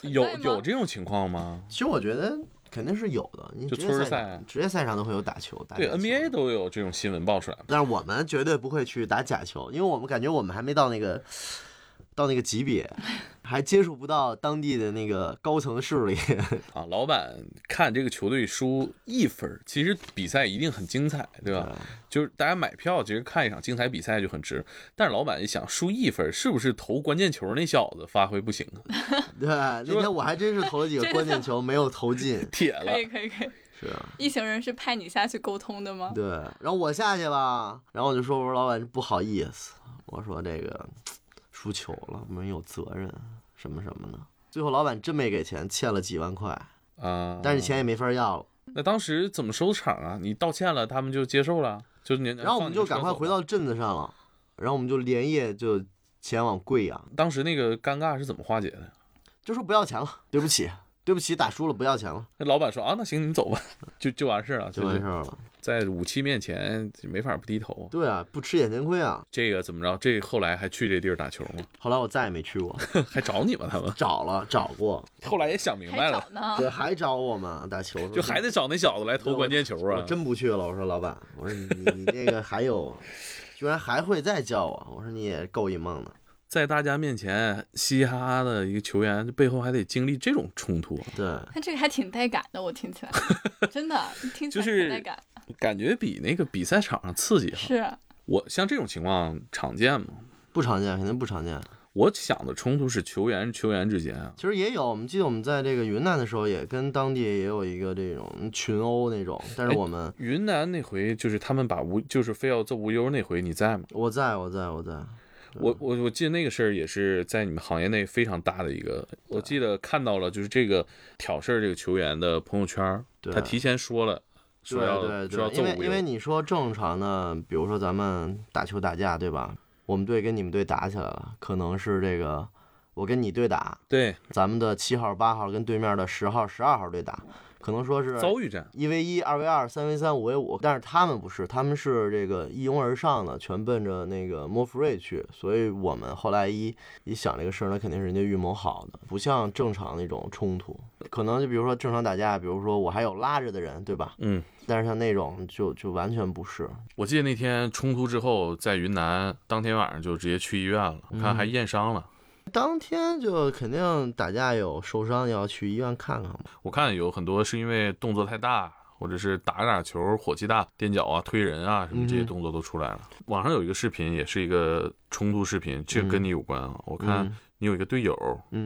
Speaker 5: 有
Speaker 4: 在吗
Speaker 5: 有这种情况吗？
Speaker 3: 其实我觉得肯定是有的，你
Speaker 5: 就
Speaker 3: 职业
Speaker 5: 村儿
Speaker 3: 赛
Speaker 5: 赛
Speaker 3: 上职业赛上都会有打球，打
Speaker 5: 对
Speaker 3: 假球
Speaker 5: NBA 都有这种新闻爆出来吗
Speaker 3: 但是我们绝对不会去打假球，因为我们感觉我们还没到那个到那个级别，还接触不到当地的那个高层势力。
Speaker 5: 啊。老板看这个球队输一分儿，其实比赛一定很精彩，对吧？
Speaker 3: 嗯
Speaker 5: 就是大家买票，其实看一场精彩比赛就很值。但是老板一想，输一分儿是不是投关键球那小子发挥不行啊？。
Speaker 3: 对，那天我还真是投了几个关键球没有投进
Speaker 5: 铁了
Speaker 4: 可以可以可以，
Speaker 3: 是啊，
Speaker 4: 一行人是派你下去沟通的吗？
Speaker 3: 对，然后我下去吧，然后我就说我说老板不好意思，我说这个输球了，我们有责任什么什么的。最后老板真没给钱，欠了几万块，
Speaker 5: 啊！
Speaker 3: 但是钱也没法要了。
Speaker 5: 那当时怎么收场啊？你道歉了，他们就接受了，就是你。
Speaker 3: 然后我们就赶快回到镇子上了，然后我们就连夜就前往贵阳，
Speaker 5: 当时那个尴尬是怎么化解的？
Speaker 3: 就说不要钱了，对不起，对不起，打输了不要钱了，
Speaker 5: 那老板说啊，那行你们走吧， 就就完事儿了，
Speaker 3: 就完事儿了。
Speaker 5: 在武器面前没法不低头啊。
Speaker 3: 对啊，不吃眼前亏啊。
Speaker 5: 这个怎么着？这后来还去这地儿打球吗？
Speaker 3: 后来我再也没去过，
Speaker 5: 还找你吗？他们
Speaker 3: 找了找过，
Speaker 5: 后来也想明白
Speaker 4: 还找
Speaker 5: 了，
Speaker 4: 呢？
Speaker 3: 对，还找我们打球，
Speaker 5: 就还得找那小子来投关键球
Speaker 3: 我
Speaker 5: 啊！
Speaker 3: 真不去了。我说老板，我说你你你这个还有，居然还会再叫我，我说你也够一梦的。
Speaker 5: 在大家面前嘻哈哈的一个球员，背后还得经历这种冲突，啊
Speaker 3: 对，
Speaker 4: 那这个还挺带感的，我 听起来真的听起
Speaker 5: 就
Speaker 4: 来
Speaker 5: 是
Speaker 4: 挺带感。
Speaker 5: 感觉比那个比赛场上刺激哈。
Speaker 4: 是
Speaker 5: 我像这种情况常见吗？
Speaker 3: 不常见，肯定不常见。
Speaker 5: 我想的冲突是球员球员之间啊，
Speaker 3: 其实也有，我们记得我们在这个云南的时候，也跟当地也有一个这种群殴那种，但
Speaker 5: 哎
Speaker 3: 是我们、
Speaker 5: 云南那回就是他们把无就是非要揍无忧那回，你在吗？
Speaker 3: 我在我在我在，
Speaker 5: 我我我记得那个事儿也是在你们行业内非常大的一个，我记得看到了就是这个挑事儿这个球员的朋友圈儿，
Speaker 3: 对
Speaker 5: 他提前说了，
Speaker 3: 对
Speaker 5: 说要
Speaker 3: 对
Speaker 5: 说要
Speaker 3: 对，
Speaker 5: 揍
Speaker 3: 因为
Speaker 5: 我
Speaker 3: 因为你说正常的，比如说咱们打球打架，对吧？我们队跟你们队打起来了，可能是这个我跟你对打，
Speaker 5: 对
Speaker 3: 咱们的七号、八号跟对面的十号、十二号对打，可能说是
Speaker 5: 遭遇战，
Speaker 3: 一 v 一、二 v 二、三 v 三、五 v 五，但是他们不是，他们是这个一拥而上的，全奔着那个莫福瑞去。所以我们后来一一想这个事儿，那肯定是人家预谋好的，不像正常那种冲突。可能就比如说正常打架，比如说我还有拉着的人，对吧？
Speaker 5: 嗯，
Speaker 3: 但是像那种就就完全不是，
Speaker 5: 我记得那天冲突之后，在云南当天晚上就直接去医院了，我看还验伤了，
Speaker 3: 当天就肯定打架有受伤，要去医院看看嘛。
Speaker 5: 我看有很多是因为动作太大。或者是打着打着球火气大，踮脚啊、推人啊，什么
Speaker 3: 嗯
Speaker 5: 这些动作都出来了。网上有一个视频，也是一个冲突视频，这跟你有关啊。我看
Speaker 3: 嗯
Speaker 5: 你有一个队友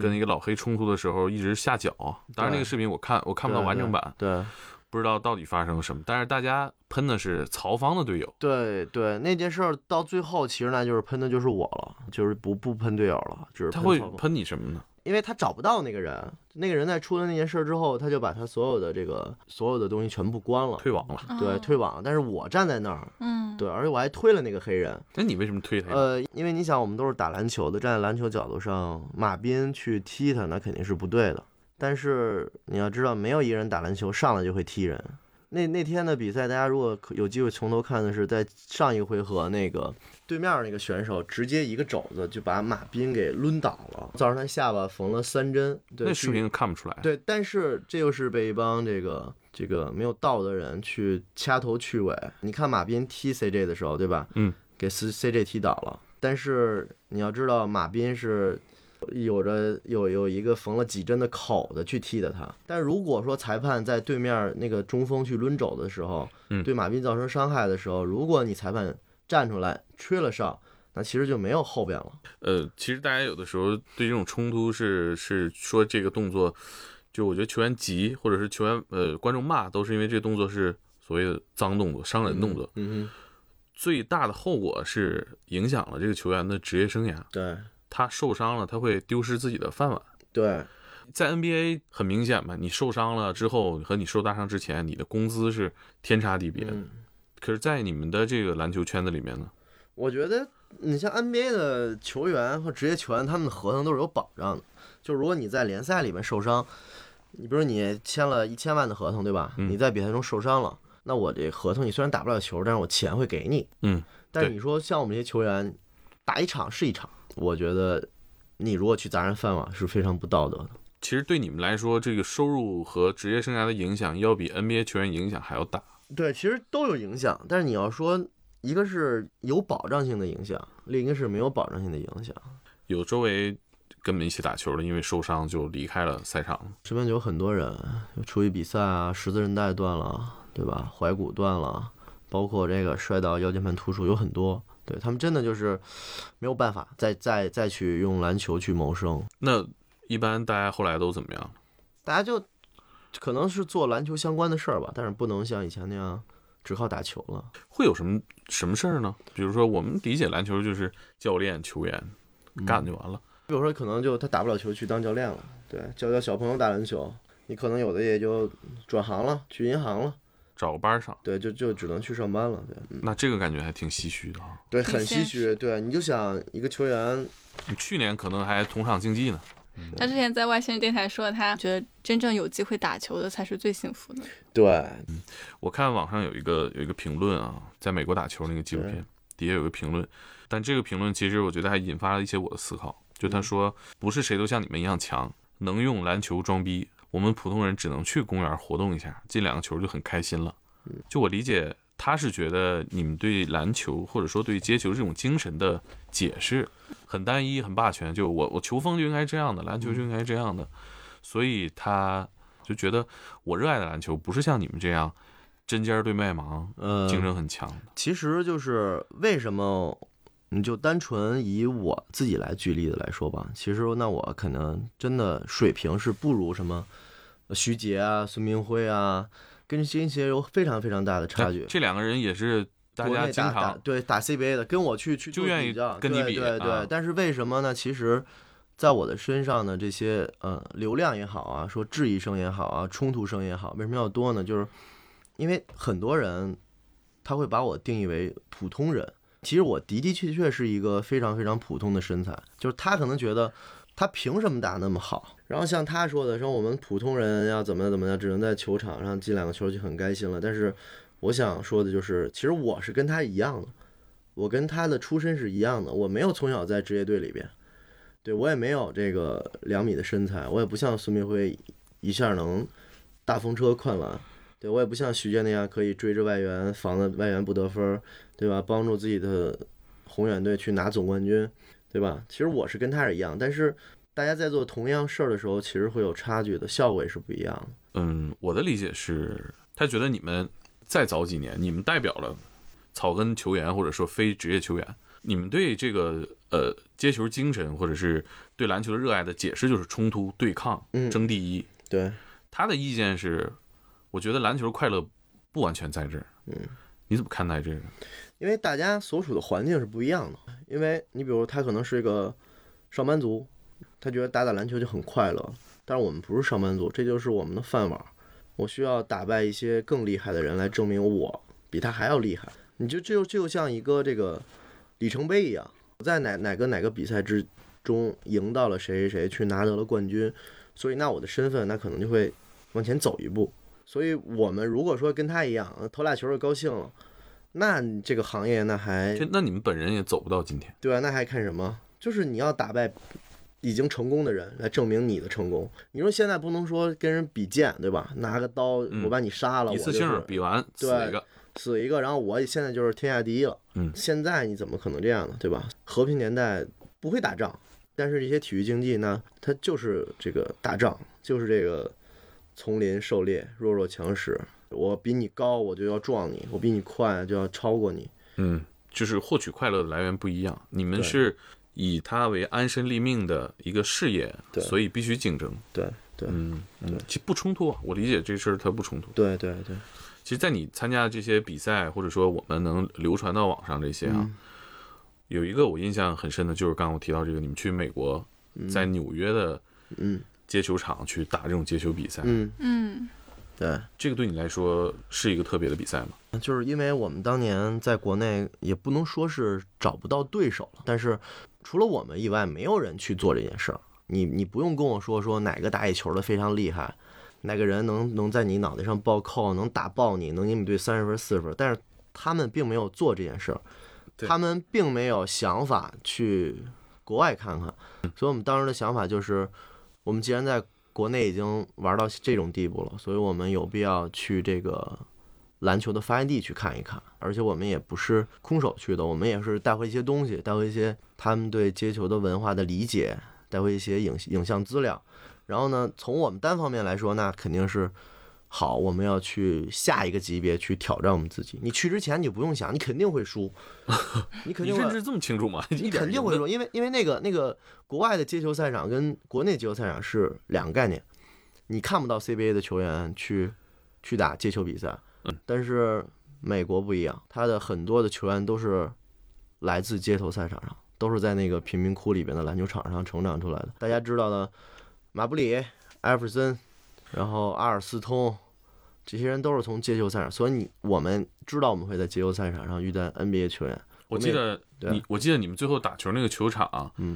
Speaker 5: 跟一个老黑冲突的时候一直下脚，当然那个视频我看我看不到完整版，
Speaker 3: 对。
Speaker 5: 不知道到底发生了什么。但是大家喷的是曹芳的队友，
Speaker 3: 对对，那件事儿到最后，其实呢，就是喷的就是我了，就是不不喷队友了，只是
Speaker 5: 他会
Speaker 3: 曹操
Speaker 5: 喷你什么呢？
Speaker 3: 因为他找不到那个人，那个人在出了那件事儿之后，他就把他所有的这个所有的东西全部关了，
Speaker 5: 退网了。
Speaker 3: 对，退网。但是我站在那儿，
Speaker 4: 嗯，
Speaker 3: 对，而且我还推了那个黑人，
Speaker 5: 那你为什么推他？
Speaker 3: 呃，因为你想，我们都是打篮球的，站在篮球角度上，马斌去踢他，那肯定是不对的。但是你要知道，没有一个人打篮球上来就会踢人。那那天的比赛，大家如果可有机会从头看的是，在上一回合那个对面那个选手直接一个肘子就把马斌给抡倒了，造成他下巴缝了三针。对
Speaker 5: 那视
Speaker 3: 去
Speaker 5: 频看不出来。
Speaker 3: 对，但是这又是被一帮这个这个没有道德的人去掐头去尾。你看马斌踢 CJ 的时候，对吧？
Speaker 5: 嗯，
Speaker 3: 给 C CJ 踢倒了。但是你要知道，马斌是有着有有一个缝了几针的口子去踢的他。但如果说裁判在对面那个中锋去抡肘的时候，
Speaker 5: 嗯
Speaker 3: 对马斌造成伤害的时候，如果你裁判站出来吹了哨，那其实就没有后边了。
Speaker 5: 呃，其实大家有的时候对这种冲突是是说这个动作，就我觉得球员急，或者是球员呃观众骂，都是因为这个动作是所谓的脏动作、伤人动作，
Speaker 3: 嗯哼，
Speaker 5: 最大的后果是影响了这个球员的职业生涯。
Speaker 3: 对
Speaker 5: 他受伤了，他会丢失自己的饭碗。
Speaker 3: 对
Speaker 5: 在 NBA 很明显嘛，你受伤了之后和你受大伤之前，你的工资是天差地别的。
Speaker 3: 嗯
Speaker 5: 可是，在你们的这个篮球圈子里面呢，
Speaker 3: 我觉得你像 NBA 的球员和职业球员，他们的合同都是有保障的。就如果你在联赛里面受伤，你比如你签了一千万的合同，对吧？
Speaker 5: 嗯
Speaker 3: 你在比赛中受伤了，那我这合同你虽然打不了球，但是我钱会给你。
Speaker 5: 嗯，
Speaker 3: 但是
Speaker 5: 对
Speaker 3: 你说像我们这些球员，打一场是一场，我觉得你如果去砸人饭碗是非常不道德的。
Speaker 5: 其实对你们来说，这个收入和职业生涯的影响要比 NBA 球员影响还要大。
Speaker 3: 对，其实都有影响，但是你要说一个是有保障性的影响，另一个是没有保障性的影响。
Speaker 5: 有周围跟我们一起打球的，因为受伤就离开了赛场了。
Speaker 3: 身边就有很多人，有出于比赛啊，十字韧带断了，对吧？踝骨断了，包括这个摔到腰间盘突出，有很多。对他们真的就是没有办法再再再去用篮球去谋生，
Speaker 5: 那一般大家后来都怎么样？
Speaker 3: 大家就可能是做篮球相关的事儿吧，但是不能像以前那样只靠打球了。
Speaker 5: 会有什么什么事儿呢？比如说，我们理解篮球就是教练、球员干就完了。
Speaker 3: 比如说，可能就他打不了球去当教练了，对，教教小朋友打篮球。你可能有的也就转行了，去银行了，
Speaker 5: 找个班儿上，
Speaker 3: 对，就就只能去上班了，对，嗯，
Speaker 5: 那这个感觉还挺唏嘘的啊。
Speaker 3: 对，
Speaker 4: 很
Speaker 3: 很唏
Speaker 4: 现
Speaker 3: 嘘，对，你就想一个球员
Speaker 5: 你去年可能还同场竞技呢，
Speaker 4: 他之前在外星人电台说，他觉得真正有机会打球的才是最幸福的。
Speaker 3: 对，
Speaker 5: 我看网上有一个有一个评论啊，在美国打球那个纪录片底下有一个评论，但这个评论其实我觉得还引发了一些我的思考。就他说，不是谁都像你们一样强，能用篮球装逼，我们普通人只能去公园活动一下，进两个球就很开心了。就我理解，他是觉得你们对篮球或者说对接球这种精神的解释很单一、很霸权，就我我球风就应该这样的，篮球
Speaker 3: 嗯
Speaker 5: 就应该这样的，所以他就觉得我热爱的篮球不是像你们这样针尖儿对麦芒，
Speaker 3: 呃，
Speaker 5: 竞争很强的。
Speaker 3: 其实就是为什么，你就单纯以我自己来举例子来说吧，其实那我可能真的水平是不如什么徐杰啊、孙明辉啊，跟这些有非常非常大的差距
Speaker 5: 但。哎这两个人也是大
Speaker 3: 国
Speaker 5: 家
Speaker 3: 内
Speaker 5: 经
Speaker 3: 打打
Speaker 5: 常
Speaker 3: 对打 CBA 的，跟我去去
Speaker 5: 就
Speaker 3: 做
Speaker 5: 愿意
Speaker 3: 比较
Speaker 5: 跟你
Speaker 3: 对
Speaker 5: 比
Speaker 3: 对对、
Speaker 5: 啊
Speaker 3: 但是为什么呢？其实，在我的身上呢，这些呃流量也好啊，说质疑声也好啊，冲突声也好，为什么要多呢？就是因为很多人他会把我定义为普通人，其实我的的确确是一个非常非常普通的身材，就是他可能觉得他凭什么打那么好？然后像他说的，说我们普通人要怎么样怎么样，只能在球场上进两个球就很开心了。但是我想说的就是，其实我是跟他一样的，我跟他的出身是一样的，我没有从小在职业队里边，对我也没有这个两米的身材，我也不像孙明辉一下能大风车灌篮。对我也不像徐杰那样可以追着外援防的外援不得分儿，对吧？帮助自己的宏远队去拿总冠军，对吧？其实我是跟他是一样，但是大家在做同样事儿的时候，其实会有差距的，效果也是不一样的。
Speaker 5: 嗯，我的理解是，他觉得你们再早几年，你们代表了草根球员或者说非职业球员，你们对这个呃接球精神或者是对篮球的热爱的解释就是冲突、对抗、
Speaker 3: 嗯
Speaker 5: 争第一。
Speaker 3: 对，
Speaker 5: 他的意见是，我觉得篮球快乐不完全在这儿。嗯，你怎么看待这个？
Speaker 3: 嗯因为大家所处的环境是不一样的。因为你比如他可能是一个上班族，他觉得打打篮球就很快乐，但是我们不是上班族，这就是我们的饭碗。我需要打败一些更厉害的人来证明我比他还要厉害。你就就就像一个这个里程碑一样，我在哪哪个哪个比赛之中赢到了谁谁谁，去拿得了冠军，所以那我的身份那可能就会往前走一步。所以我们如果说跟他一样呃投俩球就高兴了，那你这个行业那还
Speaker 5: 这那你们本人也走不到今天。
Speaker 3: 对啊，那还看什么？就是你要打败已经成功的人来证明你的成功。你说现在不能说跟人比剑，对吧？拿个刀
Speaker 5: 嗯
Speaker 3: 我把你杀了，
Speaker 5: 一
Speaker 3: 我
Speaker 5: 次
Speaker 3: 就
Speaker 5: 性
Speaker 3: 是
Speaker 5: 比完死
Speaker 3: 对
Speaker 5: 一个，
Speaker 3: 死一个，然后我现在就是天下第一了。
Speaker 5: 嗯
Speaker 3: 现在你怎么可能这样呢？对吧？和平年代不会打仗，但是这些体育竞技呢，它就是这个打仗，就是这个丛林狩猎，弱肉强食。我比你高，我就要撞你；我比你快，就要超过你。
Speaker 5: 嗯，就是获取快乐的来源不一样。你们
Speaker 3: 对
Speaker 5: 是以它为安身立命的一个事业，
Speaker 3: 对
Speaker 5: 所以必须竞争。
Speaker 3: 对，对，
Speaker 5: 嗯，嗯，其实不冲突啊，我理解这事儿它不冲突。
Speaker 3: 对，对，对。
Speaker 5: 其实，在你参加这些比赛，或者说我们能流传到网上这些啊，
Speaker 3: 嗯
Speaker 5: 有一个我印象很深的，就是刚刚我提到这个，你们去美国，在纽约的
Speaker 3: 嗯
Speaker 5: 街球场去打这种街球比赛，
Speaker 3: 嗯，
Speaker 4: 嗯，
Speaker 3: 对。
Speaker 5: 这个对你来说是一个特别的比赛吗？
Speaker 3: 就是因为我们当年在国内也不能说是找不到对手了，但是除了我们以外，没有人去做这件事儿。你你不用跟我说说哪个打野球的非常厉害，哪个人能能在你脑袋上暴扣，能打爆你，能给你对三十分四十分，但是他们并没有做这件事儿，
Speaker 5: 对
Speaker 3: 他们并没有想法去国外看看，所以我们当时的想法就是，我们既然在国内已经玩到这种地步了，所以我们有必要去这个篮球的发源地去看一看。而且我们也不是空手去的，我们也是带回一些东西，带回一些他们对街球的文化的理解，带回一些影影像资料。然后呢，从我们单方面来说，那肯定是好，我们要去下一个级别去挑战我们自己。你去之前你就不用想，你肯定会输，你肯
Speaker 5: 你
Speaker 3: 定会
Speaker 5: 认知这么清楚吗？
Speaker 3: 你
Speaker 5: 一点
Speaker 3: 肯定
Speaker 5: 赢
Speaker 3: 会
Speaker 5: 的
Speaker 3: 说，因为因为那个那个国外的街球赛场跟国内街球赛场是两个概念，你看不到 CBA 的球员去去打街球比赛，
Speaker 5: 嗯
Speaker 3: 但是美国不一样，他的很多的球员都是来自街头赛场上，都是在那个贫民窟里边的篮球场上成长出来的。大家知道的，马布里、艾弗森，然后阿尔斯通。这些人都是从街球赛场，所以你我们知道我们会在街球赛场上遇到 NBA 球员。
Speaker 5: 我记得
Speaker 3: 对啊
Speaker 5: 你，我记得你们最后打球那个球场，啊
Speaker 3: 嗯，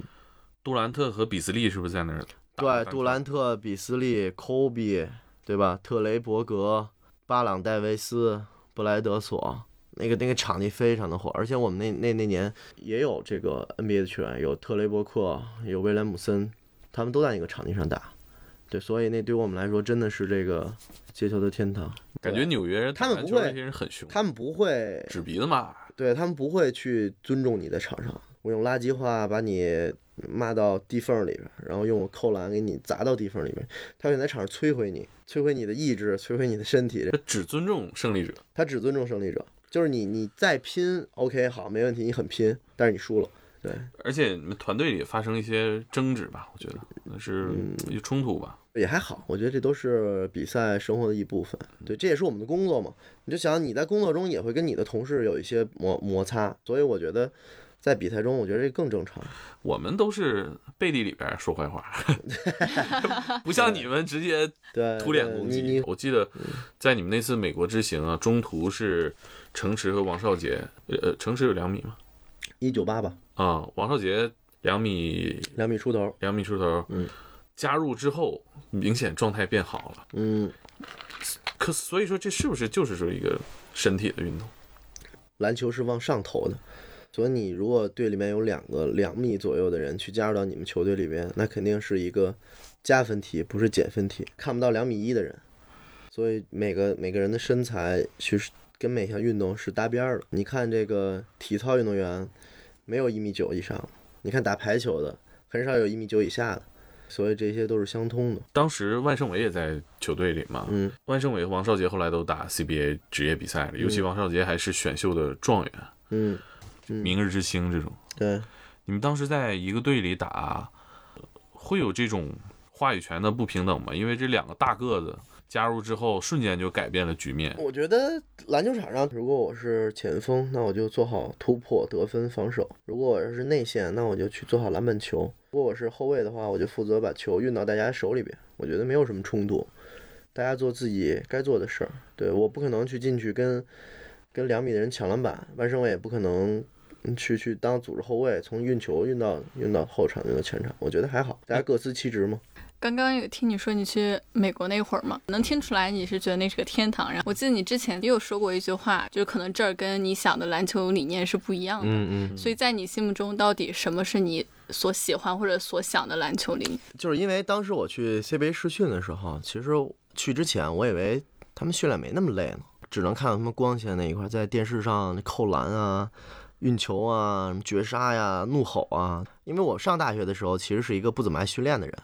Speaker 5: 杜兰特和比斯利是不是在那儿打过
Speaker 3: 对
Speaker 5: 篮，球？
Speaker 3: 杜兰特、比斯利、科比，对吧？特雷伯格、巴朗戴维斯、布莱德索，那个那个场地非常的火，而且我们那那那年也有这个 NBA 的球员，有特雷伯克，有威廉姆森，他们都在那个场地上打。对，所以那对我们来说真的是这个街球的天堂。
Speaker 5: 感觉纽约人
Speaker 8: 他们
Speaker 5: 打篮
Speaker 8: 不
Speaker 5: 球
Speaker 8: 会
Speaker 5: 那些人很凶，
Speaker 8: 他们不会
Speaker 5: 指鼻子骂。
Speaker 8: 对他们不会去尊重你的场上，我用垃圾话把你骂到地缝里边，然后用我扣篮给你砸到地缝里边，他会在场上摧毁你，摧毁你的意志，摧毁你的身体
Speaker 5: 他，只尊重胜利者，
Speaker 8: 他只尊重胜利者。就是你，你再拼，OK，好，没问题，你很拼，但是你输了，
Speaker 5: 而且你们团队里发生一些争执吧，我觉得那是一些冲突吧。
Speaker 8: 也还好，我觉得这都是比赛生活的一部分。对，这也是我们的工作嘛。你就想你在工作中也会跟你的同事有一些摩摩擦，所以我觉得在比赛中，我觉得这更正常。
Speaker 5: 我们都是背地里边说 坏话，不像你们直接
Speaker 8: 对，
Speaker 5: 突脸攻
Speaker 8: 你你
Speaker 5: 击。我记得在你们那次美国之行啊，中途是程池和王少杰，呃呃，程池有两米吗？
Speaker 8: 一九八吧，
Speaker 5: 啊，王少杰两米
Speaker 8: 两米出头，
Speaker 5: 两米出头，嗯，加入之后明显状态变好了。
Speaker 8: 嗯，
Speaker 5: 可所以说这是不是就是说一个身体的运动？
Speaker 8: 篮球是往上投的，所以你如果队里面有两个两米左右的人去加入到你们球队里边，那肯定是一个加分题，不是减分题。看不到两米一的人，所以每个每个人的身材其实跟每项运动是搭边儿的。你看这个体操运动员，没有一米九以上的，你看打排球的很少有一米九以下的，所以这些都是相通的。
Speaker 5: 当时万胜伟也在球队里嘛，
Speaker 8: 嗯，
Speaker 5: 万胜伟和王少杰后来都打 CBA 职业比赛了，尤其王少杰还是选秀的状元，
Speaker 8: 嗯，
Speaker 5: 明日之星这种。
Speaker 8: 对。
Speaker 5: 你们当时在一个队里打，会有这种话语权的不平等吗？因为这两个大个子加入之后，瞬间就改变了局面。
Speaker 8: 我觉得篮球场上，如果我是前锋，那我就做好突破、得分、防守；如果我是内线，那我就去做好篮板球；如果我是后卫的话，我就负责把球运到大家手里边。我觉得没有什么冲突，大家做自己该做的事儿。对，我不可能去进去跟跟两米的人抢篮板，万胜伟也不可能。嗯去去当组织后卫，从运球运到运到后场，运到前场，我觉得还好，大家各司其职嘛。
Speaker 4: 刚刚有听你说你去美国那会儿嘛，能听出来你是觉得那是个天堂。然后我记得你之前也有说过一句话，就是可能这儿跟你想的篮球理念是不一样的。
Speaker 3: 嗯嗯，
Speaker 4: 所以在你心目中，到底什么是你所喜欢或者所想的篮球理念？
Speaker 3: 就是因为当时我去 CBA 试训的时候，其实去之前我以为他们训练没那么累呢，只能看到他们光鲜那一块，在电视上那扣篮啊、运球啊、什么绝杀呀、怒吼啊。因为我上大学的时候其实是一个不怎么爱训练的人。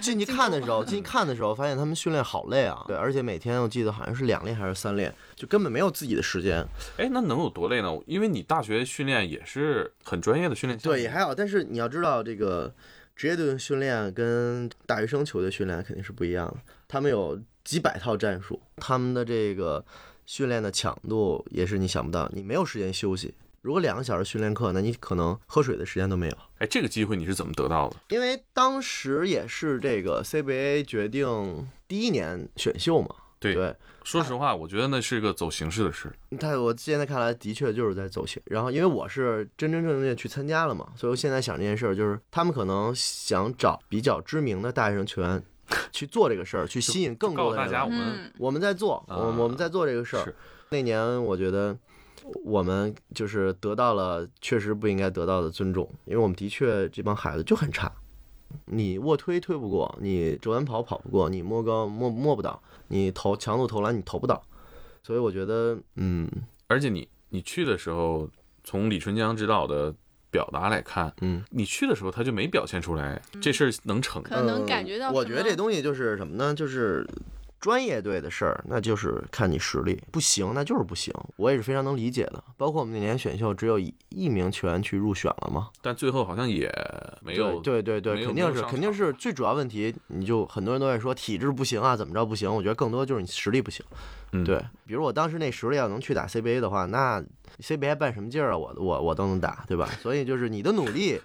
Speaker 3: 进去看的时候，进去看的时候，发现他们训练好累啊！对，而且每天我记得好像是两练还是三练，就根本没有自己的时间。
Speaker 5: 哎，那能有多累呢？因为你大学训练也是很专业的训练项目，
Speaker 8: 对
Speaker 3: 也还好，但是你要知道，这个职业队的训练啊跟大学生球队训练肯定是不一样的。他们有几百套战术，他们的这个训练的强度也是你想不到，你没有时间休息。如果两个小时训练课，那你可能喝水的时间都没有。
Speaker 5: 哎，这个机会你是怎么得到的？
Speaker 3: 因为当时也是这个 CBA 决定第一年选秀嘛，
Speaker 5: 对
Speaker 3: 对，
Speaker 5: 说实话，我觉得那是个走形式的事。
Speaker 3: 但我现在看来，的确就是在走形。然后，因为我是真真正正的去参加了嘛，所以我现在想这件事儿，就是他们可能想找比较知名的大学生球员去做这个事儿，去吸引更
Speaker 5: 告
Speaker 3: 多的
Speaker 5: 诉大
Speaker 3: 人
Speaker 5: 家，
Speaker 3: 来
Speaker 5: 我。们
Speaker 4: 嗯，
Speaker 3: 我们在做，我、
Speaker 5: 啊
Speaker 3: 我们在做这个事儿
Speaker 5: 是。
Speaker 3: 那年我觉得我们就是得到了确实不应该得到的尊重，因为我们的确这帮孩子就很差。你卧推推不过，你折弯跑跑不过，你摸高摸摸不到，你投强度投篮你投不到，所以我觉得，嗯
Speaker 5: 而且你你去的时候，从李春江指导的表达来看，
Speaker 3: 嗯，
Speaker 5: 你去的时候他就没表现出来这事儿能成。
Speaker 4: 可能感觉到
Speaker 3: 呃
Speaker 4: 什么。
Speaker 3: 我觉得这东西就是什么呢？就是专业队的事儿，那就是看你实力，不行那就是不行，我也是非常能理解的。包括我们那年选秀，只有一一名球员去入选了嘛，
Speaker 5: 但最后好像也没有
Speaker 3: 对对对
Speaker 5: 没
Speaker 3: 对，
Speaker 5: 有
Speaker 3: 肯
Speaker 5: 没有
Speaker 3: 定是
Speaker 5: 上
Speaker 3: 肯定
Speaker 5: 场啊
Speaker 3: 是最主要问题，你就很多人都在说体质不行啊，怎么着不行？我觉得更多就是你实力不行。
Speaker 5: 嗯
Speaker 3: 对，比如我当时那实力要能去打 CBA 的话，那 CBA 办什么劲儿啊？我我我都能打，对吧？所以就是你的努 力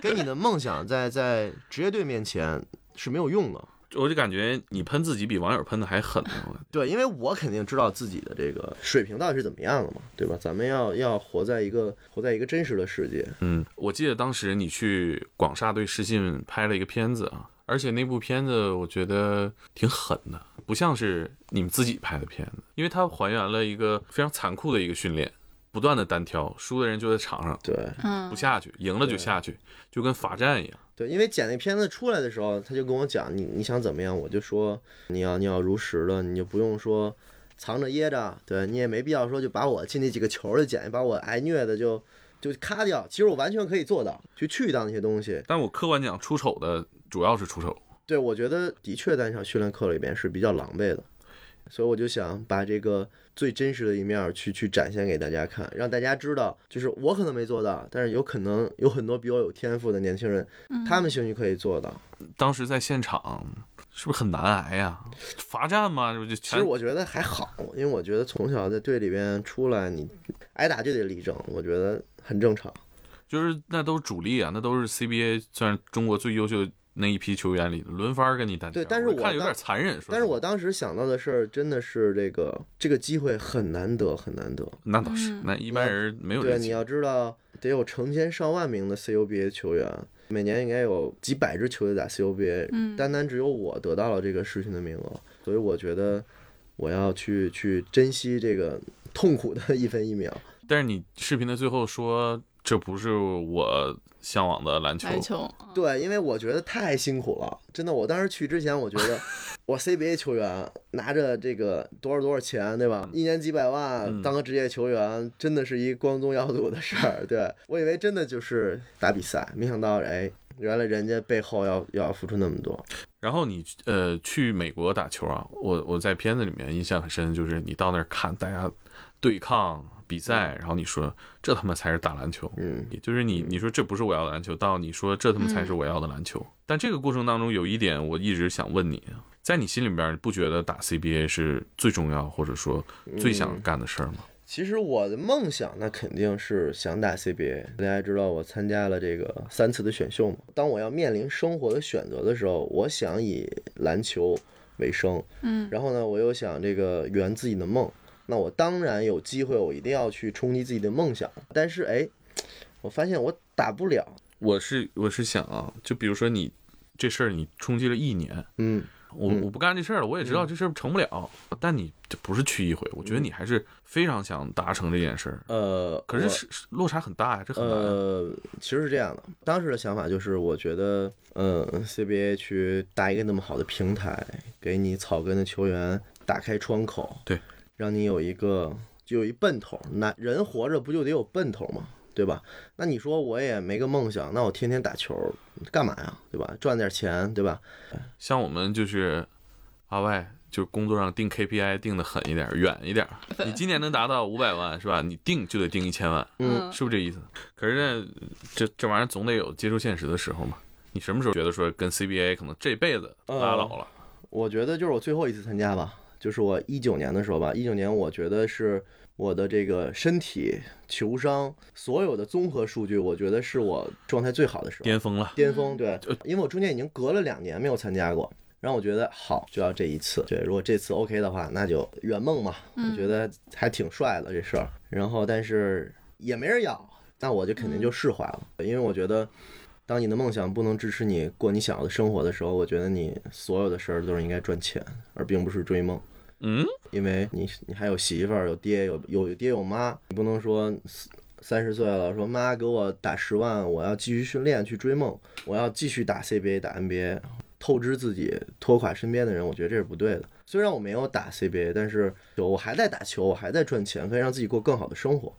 Speaker 3: 跟你的梦想在在职业队面前是没有用的。
Speaker 5: 我就感觉你喷自己比网友喷的还狠呢。我
Speaker 3: 对，因为我肯定知道自己的这个水平到底是怎么样了嘛，对吧？咱们要要活在一个活在一个真实的世界，
Speaker 5: 嗯，我记得当时你去广厦对失信拍了一个片子啊，而且那部片子我觉得挺狠的，不像是你们自己拍的片子，因为它还原了一个非常残酷的一个训练，不断的单挑，输的人就在场上
Speaker 3: 对。
Speaker 4: 嗯
Speaker 5: 不，下去，赢了就下去，就跟罚站一样。
Speaker 3: 对，因为剪那片子出来的时候，他就跟我讲你你想怎么样，我就说你要你要如实的，你就不用说藏着掖着，对你也没必要说就把我进那几个球儿就剪，把我挨虐的就就咔掉。其实我完全可以做到，去去掉那些东西。
Speaker 5: 但我客观讲，出丑的主要是出丑。
Speaker 3: 对我觉得的确在那场训练课里面是比较狼狈的，所以我就想把这个最真实的一面儿去去展现给大家看，让大家知道，就是我可能没做到，但是有可能有很多比我有天赋的年轻人，他们兴许可以做到。
Speaker 5: 当时在现场是不是很难挨呀、罚站嘛，这不就
Speaker 3: 其
Speaker 5: 全
Speaker 3: 实我觉得还好，因为我觉得从小在队里边出来，你挨打就得立正，我觉得很正常。
Speaker 5: 就是那都是主力啊，那都是 CBA 算是中国最优秀那一批球员里的轮番儿跟你单挑。
Speaker 3: 对但是我
Speaker 5: 看着有
Speaker 3: 当
Speaker 5: 点残忍，说
Speaker 3: 但是
Speaker 5: 实话
Speaker 3: 我当时想到的事儿真的是这个这个机会很难得，很难得。
Speaker 5: 那倒是
Speaker 4: 嗯，
Speaker 5: 那一般人没有这
Speaker 3: 对，
Speaker 5: 个
Speaker 3: 你
Speaker 5: 机
Speaker 3: 要
Speaker 5: 会。
Speaker 3: 知道得有成千上万名的 CUBA 球员，每年应该有几百支球队打 CUBA，、
Speaker 4: 嗯
Speaker 3: 单单只有我得到了这个试训的名额，所以我觉得我要去去珍惜这个痛苦的一分一秒。
Speaker 5: 但是你视频的最后说，这不是我向往的篮球。
Speaker 4: 嗯篮球，
Speaker 3: 对，因为我觉得太辛苦了，真的。我当时去之前，我觉得我 CBA 球员拿着这个多少多少钱，对吧？一年几百万，
Speaker 5: 嗯
Speaker 3: 当个职业球员，真的是一光宗耀祖的事儿。对我以为真的就是打比赛，没想到哎，原来人家背后要要付出那么多。
Speaker 5: 然后你呃去美国打球啊，我我在片子里面印象很深，就是你到那儿看大家对抗比赛，然后你说这他妈才是打篮球，
Speaker 3: 嗯，
Speaker 5: 也就是你你说这不是我要的篮球，到你说这他妈才是我要的篮球。但这个过程当中有一点我一直想问你，在你心里边，你不觉得打 CBA 是最重要或者说最
Speaker 3: 嗯
Speaker 5: 想干的事儿吗？
Speaker 3: 其实我的梦想那肯定是想打 CBA。大家知道我参加了这个三次的选秀嘛。当我要面临生活的选择的时候，我想以篮球为生。
Speaker 4: 嗯
Speaker 3: 然后呢，我又想这个圆自己的梦，那我当然有机会，我一定要去冲击自己的梦想。但是哎，我发现我打不了，
Speaker 5: 我是我是想啊，就比如说你这事儿你冲击了一年，
Speaker 3: 嗯，
Speaker 5: 我
Speaker 3: 嗯嗯
Speaker 5: 我不干这事儿了，我也知道这事儿成不了，但你这不是去一回，我觉得你还是非常想达成这件事儿。
Speaker 3: 呃，
Speaker 5: 可是
Speaker 3: 我
Speaker 5: 是是落差很大呀，这很难啊呀。
Speaker 3: 呃，其实是这样的，当时的想法就是，我觉得，嗯，CBA 去搭一个那么好的平台，给你草根的球员打开窗口，
Speaker 5: 对，
Speaker 3: 让你有一个就有一奔头。那人活着不就得有奔头吗？对吧？那你说我也没个梦想，那我天天打球干嘛呀？对吧？赚点钱，对吧？
Speaker 5: 像我们就是阿外，就是工作上定 KPI 定的狠一点儿，远一点儿。你今年能达到五百万是吧？你定就得定一千万，
Speaker 4: 嗯
Speaker 5: 是不是这意思？可是呢，这这玩意儿总得有接受现实的时候嘛。你什么时候觉得说跟 CBA 可能这辈子
Speaker 3: 嗯
Speaker 5: 拉倒了？
Speaker 3: 我觉得就是我最后一次参加吧，就是我一九年的时候吧，一九年我觉得是我的这个身体、球商所有的综合数据，我觉得是我状态最好的时候，
Speaker 5: 巅峰了，
Speaker 3: 巅峰对，因为我中间已经隔了两年没有参加过。然后我觉得好，就要这一次。对，如果这次 OK 的话，那就圆梦嘛。我觉得还挺帅的这事儿。然后，但是也没人要，那我就肯定就释怀了，因为我觉得当你的梦想不能支持你过你想要的生活的时候，我觉得你所有的事儿都是应该赚钱，而并不是追梦。
Speaker 5: 嗯，
Speaker 3: 因为你你还有媳妇儿，有爹，有有爹有妈，你不能说三十岁了说妈给我打十万，我要继续训练去追梦，我要继续打 CBA 打 NBA，透支自己拖垮身边的人，我觉得这是不对的。虽然我没有打 CBA，但是我还在打球，我还在赚钱，可以让自己过更好的生活，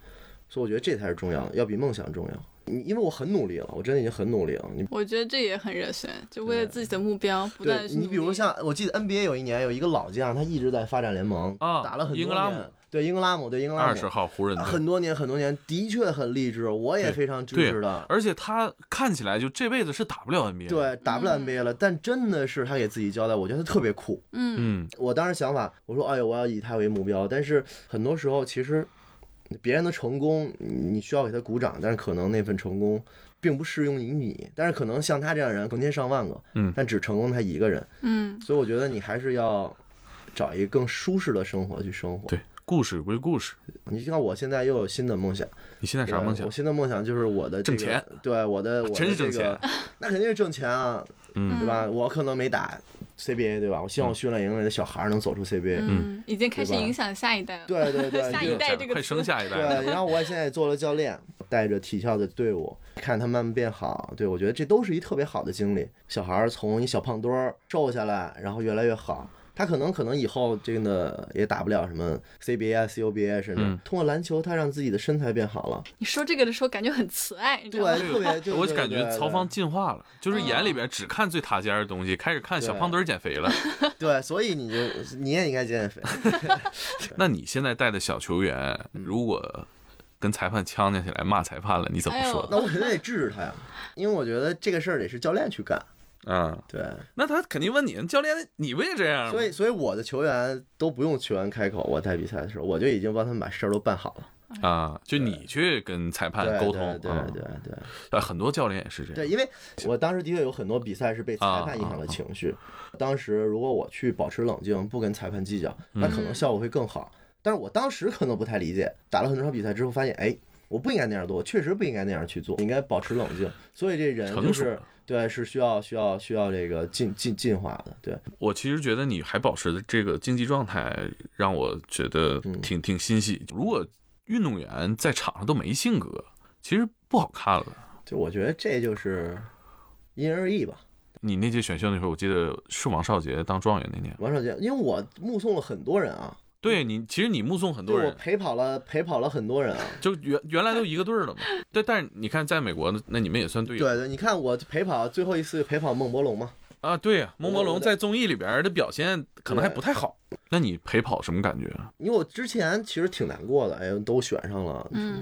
Speaker 3: 所以我觉得这才是重要的，要比梦想重要。你因为我很努力了，我真的已经很努力了。你
Speaker 4: 我觉得这也很热血，就为了自己的目标不断
Speaker 3: 对
Speaker 4: 地去努
Speaker 3: 你
Speaker 4: 力。
Speaker 3: 比如像我记得 NBA 有一年有一个老将，他一直在发展联盟
Speaker 5: 啊
Speaker 3: 打了很多
Speaker 5: 英格拉
Speaker 3: 年
Speaker 5: 姆
Speaker 3: 对英格拉姆对英格拉姆啊
Speaker 5: 二十号湖人队
Speaker 3: 嗯很多年很多年，的确很励志，我也
Speaker 5: 对
Speaker 3: 非常支
Speaker 5: 对
Speaker 3: 持的。
Speaker 5: 而且他看起来就这辈子是打不了 NBA。，
Speaker 3: 对，打不了 NBA 了，但真的是他给自己交代，我觉得他特别酷。
Speaker 4: 嗯，
Speaker 5: 嗯，
Speaker 3: 我当时想法，我说，哎呦，我要以他为目标。但是很多时候，其实别人的成功，你你需要给他鼓掌，但是可能那份成功并不适用于你。但是可能像他这样的人，成千上万个，
Speaker 5: 嗯
Speaker 3: 但只成功他一个人。
Speaker 4: 嗯，
Speaker 3: 所以我觉得你还是要找一个更舒适的生活去生活。
Speaker 5: 对，故事归故事，
Speaker 3: 你像我现在又有新的梦想，
Speaker 5: 你现在啥
Speaker 3: 对
Speaker 5: 梦想
Speaker 3: 我？新的梦想就是我的、这个、
Speaker 5: 挣钱，啊
Speaker 3: 对我的，我的
Speaker 5: 真是挣
Speaker 3: 这个， 那肯定是挣钱啊，
Speaker 5: 嗯
Speaker 3: 对吧？我可能没打 CBA，对吧？我希望我训练营里的小孩儿能走出 CBA，、
Speaker 4: 嗯，已经开始
Speaker 3: 对吧
Speaker 4: 影响下一代了。
Speaker 3: 对对 对，
Speaker 4: 下
Speaker 3: 就
Speaker 4: 一代这个
Speaker 5: 快
Speaker 4: 词
Speaker 5: 生下一代
Speaker 3: 对
Speaker 5: 了，，
Speaker 3: 啊然后我现在也做了教练，带着体校的队伍，看他慢慢变好。对我觉得这都是一特别好的经历。小孩儿从一小胖墩儿瘦下来，然后越来越好。他可能可能以后真的也打不了什么 CBA 啊、CUBA，甚至、
Speaker 5: 嗯
Speaker 3: 通过篮球，他让自己的身材变好了。
Speaker 4: 你说这个的时候感觉很慈爱，你知
Speaker 3: 对
Speaker 4: 道吗？，
Speaker 3: 特 别对
Speaker 5: 我
Speaker 3: 对
Speaker 5: 感觉
Speaker 3: 对
Speaker 5: 曹
Speaker 3: 对
Speaker 5: 芳进化了，就是眼里边只看最塔尖的东西，开始看小胖墩儿减肥了。
Speaker 3: 对，所以你就你也应该减减肥。
Speaker 5: 那你现在带的小球员，
Speaker 3: 嗯
Speaker 5: 如果跟裁判呛呛起来骂裁判了，你怎么说
Speaker 3: 那
Speaker 5: 的？
Speaker 3: 我肯定得制止他呀，因为我觉得这个事儿得是教练去干。
Speaker 5: 嗯，
Speaker 3: 对，
Speaker 5: 那他肯定问你，教练，你不也这样吗？
Speaker 3: 所以所以我的球员都不用球员开口，我带比赛的时候，我就已经帮他们把事儿都办好了。
Speaker 5: 啊，就你去跟裁判
Speaker 3: 对
Speaker 5: 沟通，
Speaker 3: 对
Speaker 5: 啊
Speaker 3: 对对对
Speaker 5: 啊，很多教练也是这
Speaker 3: 对，
Speaker 5: 样，
Speaker 3: 因为我当时的确有很多比赛是被
Speaker 5: 啊
Speaker 3: 裁判影响了情绪。当时如果我去保持冷静，不跟裁判计较，那可
Speaker 5: 嗯
Speaker 3: 能效果会更好。但是我当时可能不太理解，打了很多场比赛之后发现，哎，我不应该那样做，我确实不应该那样去做，应该保持冷静。所以这人
Speaker 5: 成
Speaker 3: 就
Speaker 5: 熟
Speaker 3: 是
Speaker 5: 了
Speaker 3: 对，是需要需要需要这个进进进化的，对。
Speaker 5: 我其实觉得你还保持的这个竞技状态，让我觉得
Speaker 3: 嗯
Speaker 5: 挺挺欣喜。如果运动员在场上都没性格，其实不好看了。
Speaker 3: 就我觉得这就是因人而异吧。
Speaker 5: 你那届选秀那会儿，我记得是王少杰当状元那年，
Speaker 3: 王少杰，因为我目送了很多人啊，
Speaker 5: 对你，其实你目送很
Speaker 3: 对
Speaker 5: 多
Speaker 3: 我
Speaker 5: 人，
Speaker 3: 陪跑了陪跑了很多人啊。
Speaker 5: 就原原来都一个队儿 了嘛。对，但是你看，在美国，那你们也算队友
Speaker 3: 对对，你看我陪跑最后一次陪跑孟博龙嘛，
Speaker 5: 啊。对呀，孟
Speaker 3: 我
Speaker 5: 博
Speaker 3: 我
Speaker 5: 龙
Speaker 3: 的
Speaker 5: 在综艺里边的表现可能还不太好。那你陪跑什么感觉啊？
Speaker 3: 因为我之前其实挺难过的，哎呦都选上了，
Speaker 4: 嗯，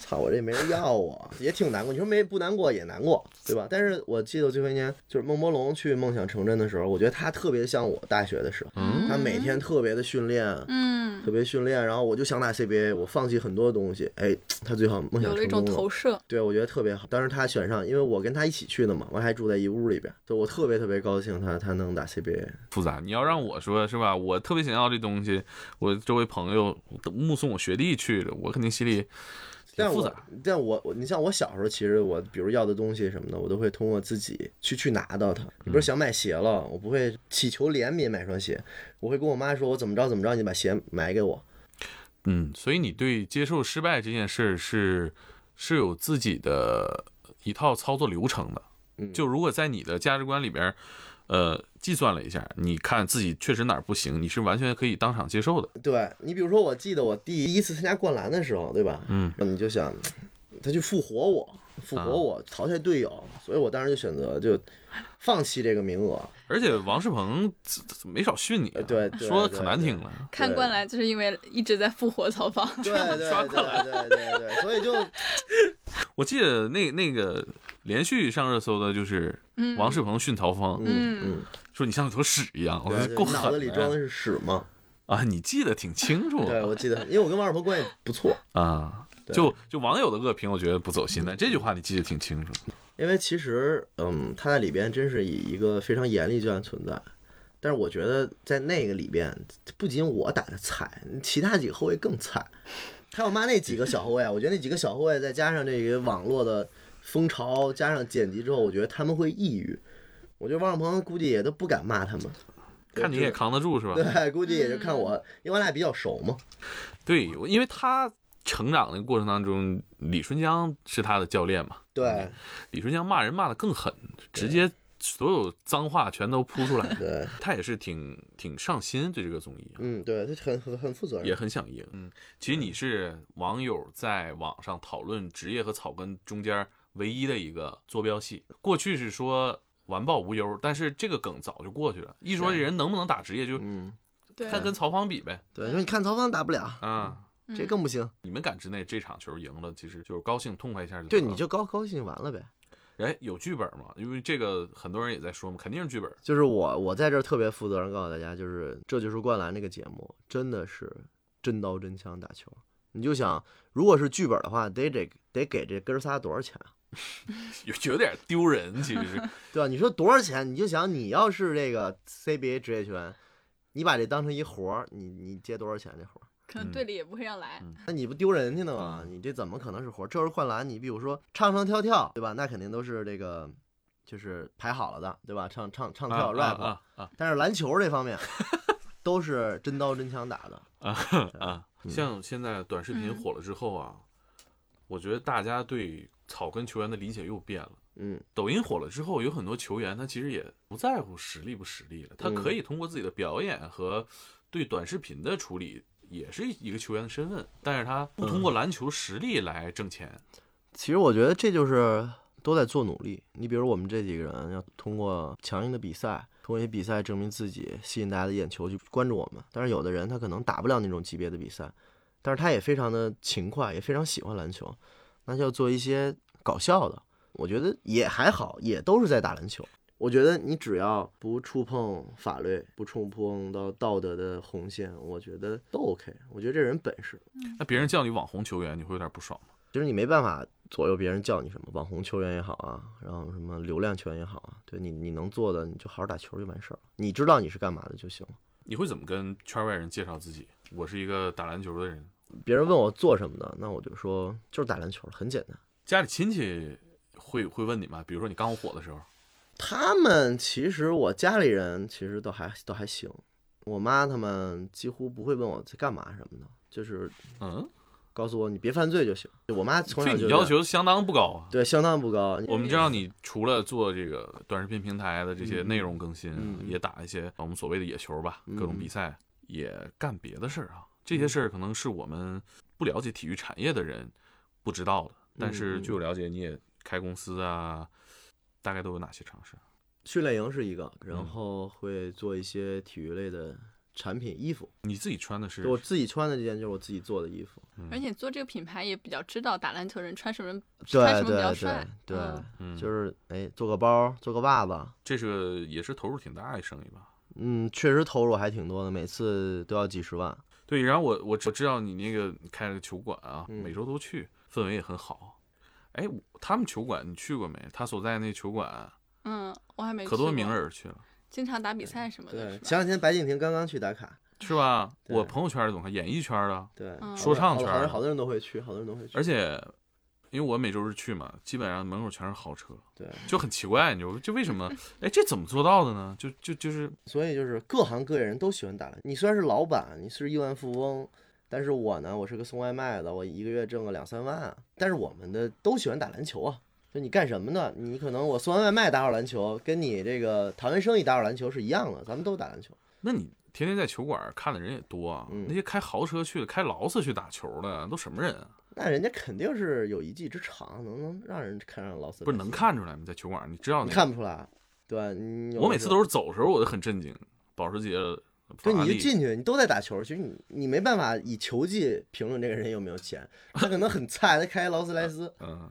Speaker 3: 操我这没人要我，也挺难过。你说没不难过也难过，对吧？但是我记得最后一年就是孟博龙去梦想成真的时候，我觉得他特别像我大学的时候，
Speaker 5: 嗯
Speaker 3: 他每天特别的训练，
Speaker 4: 嗯，
Speaker 3: 特别训练，然后我就想打 CBA，我放弃很多东西，哎，他最后梦想
Speaker 4: 有了一
Speaker 3: 成
Speaker 4: 种
Speaker 3: 功了
Speaker 4: 投。射。
Speaker 3: 对，我觉得特别好。当时他选上，因为我跟他一起去的嘛，我还住在一屋里边，所以我特别特别高兴他他能打 CBA。
Speaker 5: 复杂。你要让我说是吧？我特别想要这东西，我周围朋友都目送我学弟去了，我肯定心里挺
Speaker 3: 但
Speaker 5: 复
Speaker 3: 我
Speaker 5: 杂。
Speaker 3: 但我我你像我小时候，其实我比如要的东西什么的，我都会通过自己去去拿到它。你比
Speaker 5: 嗯
Speaker 3: 如想买鞋了，我不会祈求怜悯买双鞋，我会跟我妈说，我怎么着怎么着，你把鞋买给我。
Speaker 5: 嗯，所以你对接受失败这件事儿是是有自己的一套操作流程的。
Speaker 3: 嗯
Speaker 5: 就如果在你的价值观里边儿，呃，计算了一下，你看自己确实哪儿不行，你是完全可以当场接受的。
Speaker 3: 对你比如说，我记得我第一次参加灌篮的时候，对吧？
Speaker 5: 嗯，
Speaker 3: 你就想他去复活我，复
Speaker 5: 啊
Speaker 3: 活我，淘汰队友，所以我当时就选择就放弃这个名额。
Speaker 5: 而且王世鹏这这没少训你啊、
Speaker 3: 呃对对
Speaker 5: 说的
Speaker 3: 对
Speaker 5: 可难
Speaker 3: 对
Speaker 5: 听了。
Speaker 4: 看惯来就是因为一直在复活曹芳，
Speaker 3: 对对对对对对，所以就
Speaker 5: 我记得那那个连续上热搜的就是王世鹏训曹芳，
Speaker 3: 嗯
Speaker 5: 说你像一坨屎一样，我
Speaker 3: 嗯，
Speaker 5: 说够
Speaker 3: 对脑子
Speaker 5: 狠
Speaker 3: 里装的
Speaker 5: 呀嗯
Speaker 3: 是屎嘛。
Speaker 5: 啊！你记得挺清 楚
Speaker 3: 对，我记得，因为我跟王二鹏关系不错，
Speaker 5: 啊。就就网友的恶评，我觉得不走心，但这句话你记得挺清楚。
Speaker 3: 因为其实嗯，他在里边真是以一个非常严厉这样存在。但是我觉得在那个里边，不仅我打的菜，其他几个后啊卫更菜。还有妈那几个小后卫，我觉得那几个小后卫再加上这个网络的风潮加上剪辑之后，我觉得他们会抑郁。我觉得王小鹏估计也都不敢骂他们，
Speaker 5: 看你也扛得住是吧？
Speaker 3: 对，估计也就看
Speaker 9: 嗯
Speaker 3: 我，因为我俩比较熟嘛。
Speaker 5: 对，我因为他成长的过程当中，李春江是他的教练嘛。
Speaker 3: 对
Speaker 5: 李春江骂人骂得更狠，直接所有脏话全都扑出来。
Speaker 3: 对，
Speaker 5: 他也是挺挺上心对这个综艺啊，
Speaker 3: 嗯，对，他很很很负责
Speaker 5: 也
Speaker 3: 任。
Speaker 5: 很响应。嗯，其实你是网友在网上讨论职业和草根中间唯一的一个坐标系。过去是说完爆无忧，但是这个梗早就过去了。一说这人能不能打职业，就
Speaker 9: 啊嗯，
Speaker 4: 对，
Speaker 5: 看跟曹芳比呗。
Speaker 9: 对，说你看曹芳打不了，
Speaker 5: 啊，
Speaker 9: 这更不行。
Speaker 5: 你们感知内这场球赢了，其实就是高兴痛快一下就
Speaker 9: 对，
Speaker 5: 好
Speaker 9: 你就高高兴完了呗。
Speaker 5: 哎有剧本嘛？因为这个很多人也在说嘛，肯定是剧本。
Speaker 9: 就是我，我在这儿特别负责任告诉大家，就是这就是灌篮这个节目，真的是真刀真枪打球。你就想，如果是剧本的话，得得得给这哥仨多少钱啊？
Speaker 5: 有有点丢人，其 实是
Speaker 9: 对吧？你说多少钱？你就想，你要是这个 CBA 职业球员，你把这当成一活儿，你你接多少钱这活儿？
Speaker 4: 可能队里也不会让来。
Speaker 9: 那你不丢人去呢吗？
Speaker 5: 嗯
Speaker 9: 你这怎么可能是活儿？这是灌篮，你比如说唱唱跳跳，对吧？那肯定都是这个，就是排好了的，对吧？唱唱唱跳 rap，、
Speaker 5: 啊啊
Speaker 9: 但是篮球这方面 都是真刀真枪打的。
Speaker 5: 啊啊啊！像现在短视频火了之后啊，我觉得大家对草根球员的理解又变了。
Speaker 9: 嗯，
Speaker 5: 抖音火了之后，有很多球员他其实也不在乎实力不实力了，他可以通过自己的表演和对短视频的处理，也是一个球员的身份，但是他不通过篮球实力来挣钱。
Speaker 9: 其实我觉得这就是都在做努力。你比如我们这几个人要通过强硬的比赛，通过一些比赛证明自己，吸引大家的眼球去关注我们。但是有的人他可能打不了那种级别的比赛，但是他也非常的勤快，也非常喜欢篮球，那就要做一些搞笑的。我觉得也还好，也都是在打篮球。
Speaker 3: 我觉得你只要不触碰法律，不触碰到道德的红线，我觉得都 OK。我觉得这人本事，
Speaker 5: 那别人叫你网红球员，你会有点不爽吗？
Speaker 9: 就是你没办法左右别人叫你什么，网红球员也好啊，然后什么流量球员也好啊，对你你能做的，你就好好打球就完事儿了。你知道你是干嘛的就行了。
Speaker 5: 你会怎么跟圈外人介绍自己？我是一个打篮球的人。
Speaker 9: 别人问我做什么的，那我就说就是打篮球，很简单。
Speaker 5: 家里亲戚会会问你吗？比如说你刚火的时候，
Speaker 9: 他们其实我家里人其实都还都还行，我妈他们几乎不会问我在干嘛什么的，就是
Speaker 5: 嗯，
Speaker 9: 告诉我你别犯罪就行。我妈从
Speaker 5: 对
Speaker 9: 小
Speaker 5: 你
Speaker 9: 就
Speaker 5: 要求相当不高啊。
Speaker 9: 对相当不高，
Speaker 5: 我们知道你除了做这个短视频平台的这些
Speaker 9: 嗯
Speaker 5: 内容更新，啊也打一些我们所谓的野球吧，各种比赛，也干别的事儿啊。这
Speaker 9: 嗯
Speaker 5: 些事儿可能是我们不了解体育产业的人不知道的，但
Speaker 9: 嗯
Speaker 5: 是据我了解，你也开公司啊，大概都有哪些尝试？啊
Speaker 9: 训练营是一个，
Speaker 5: 嗯
Speaker 9: 然后会做一些体育类的产品衣服。
Speaker 5: 你自己穿的是
Speaker 9: 就我自己穿的这件就是我自己做的衣服，
Speaker 4: 而且做这个品牌也比较知道打篮球人穿什么
Speaker 9: 对
Speaker 4: 穿什么比较
Speaker 9: 对
Speaker 4: 帅
Speaker 9: 对。对
Speaker 4: 嗯，
Speaker 9: 就是哎，做个包，做个袜子，
Speaker 5: 这是个也是投入挺大的生意吧？
Speaker 9: 嗯，确实投入还挺多的，每次都要几十万。
Speaker 5: 对，然后我我知我知道你那个你开了个球馆啊，
Speaker 3: 嗯
Speaker 5: 每周都去，氛围也很好。哎，我他们球馆你去过没？他所在那球馆
Speaker 4: 嗯，我还没
Speaker 5: 可多
Speaker 4: 去过
Speaker 5: 名，人去了，
Speaker 4: 经常打比赛什么的，是吧
Speaker 3: 前两天白敬亭刚刚去打卡，
Speaker 5: 是吧？我朋友圈里总看演艺圈的，
Speaker 3: 对，
Speaker 4: 嗯
Speaker 5: 说唱
Speaker 3: 好多
Speaker 5: 圈
Speaker 3: 好多
Speaker 5: 的，
Speaker 3: 好多人都会去，好多人都会去。
Speaker 5: 而且因为我每周日去嘛，基本上门口全是豪车，
Speaker 3: 对，
Speaker 5: 就很奇怪，你就就为什么？哎，这怎么做到的呢？就就就是
Speaker 3: 所以就是各行各业人都喜欢打篮球。你虽然是老板，你是亿万富翁，但是我呢，我是个送外卖的，我一个月挣个两三万。但是我们的都喜欢打篮球啊。就你干什么呢？你可能我送完外卖打会儿篮球，跟你这个谈完生意打会儿篮球是一样的，咱们都打篮球。
Speaker 5: 那你天天在球馆看的人也多啊，
Speaker 3: 嗯
Speaker 5: 那些开豪车去的、开劳斯去打球的都什么人啊？
Speaker 3: 那人家肯定是有一技之长，能能让人看上劳斯。
Speaker 5: 不是能，看出来吗？在球馆你知道
Speaker 3: 你
Speaker 5: 那个
Speaker 3: 看不出来。对，啊你有
Speaker 5: 我
Speaker 3: 的
Speaker 5: 每
Speaker 3: 时
Speaker 5: 次
Speaker 3: 候
Speaker 5: 都是走的时候我就很震惊，保时捷、法
Speaker 3: 对，
Speaker 5: 拉
Speaker 3: 你就
Speaker 5: 利，
Speaker 3: 进去，你都在打球，其实你你没办法以球技评论这个人有没有钱，他可能很菜，他开劳斯莱斯，
Speaker 5: 嗯，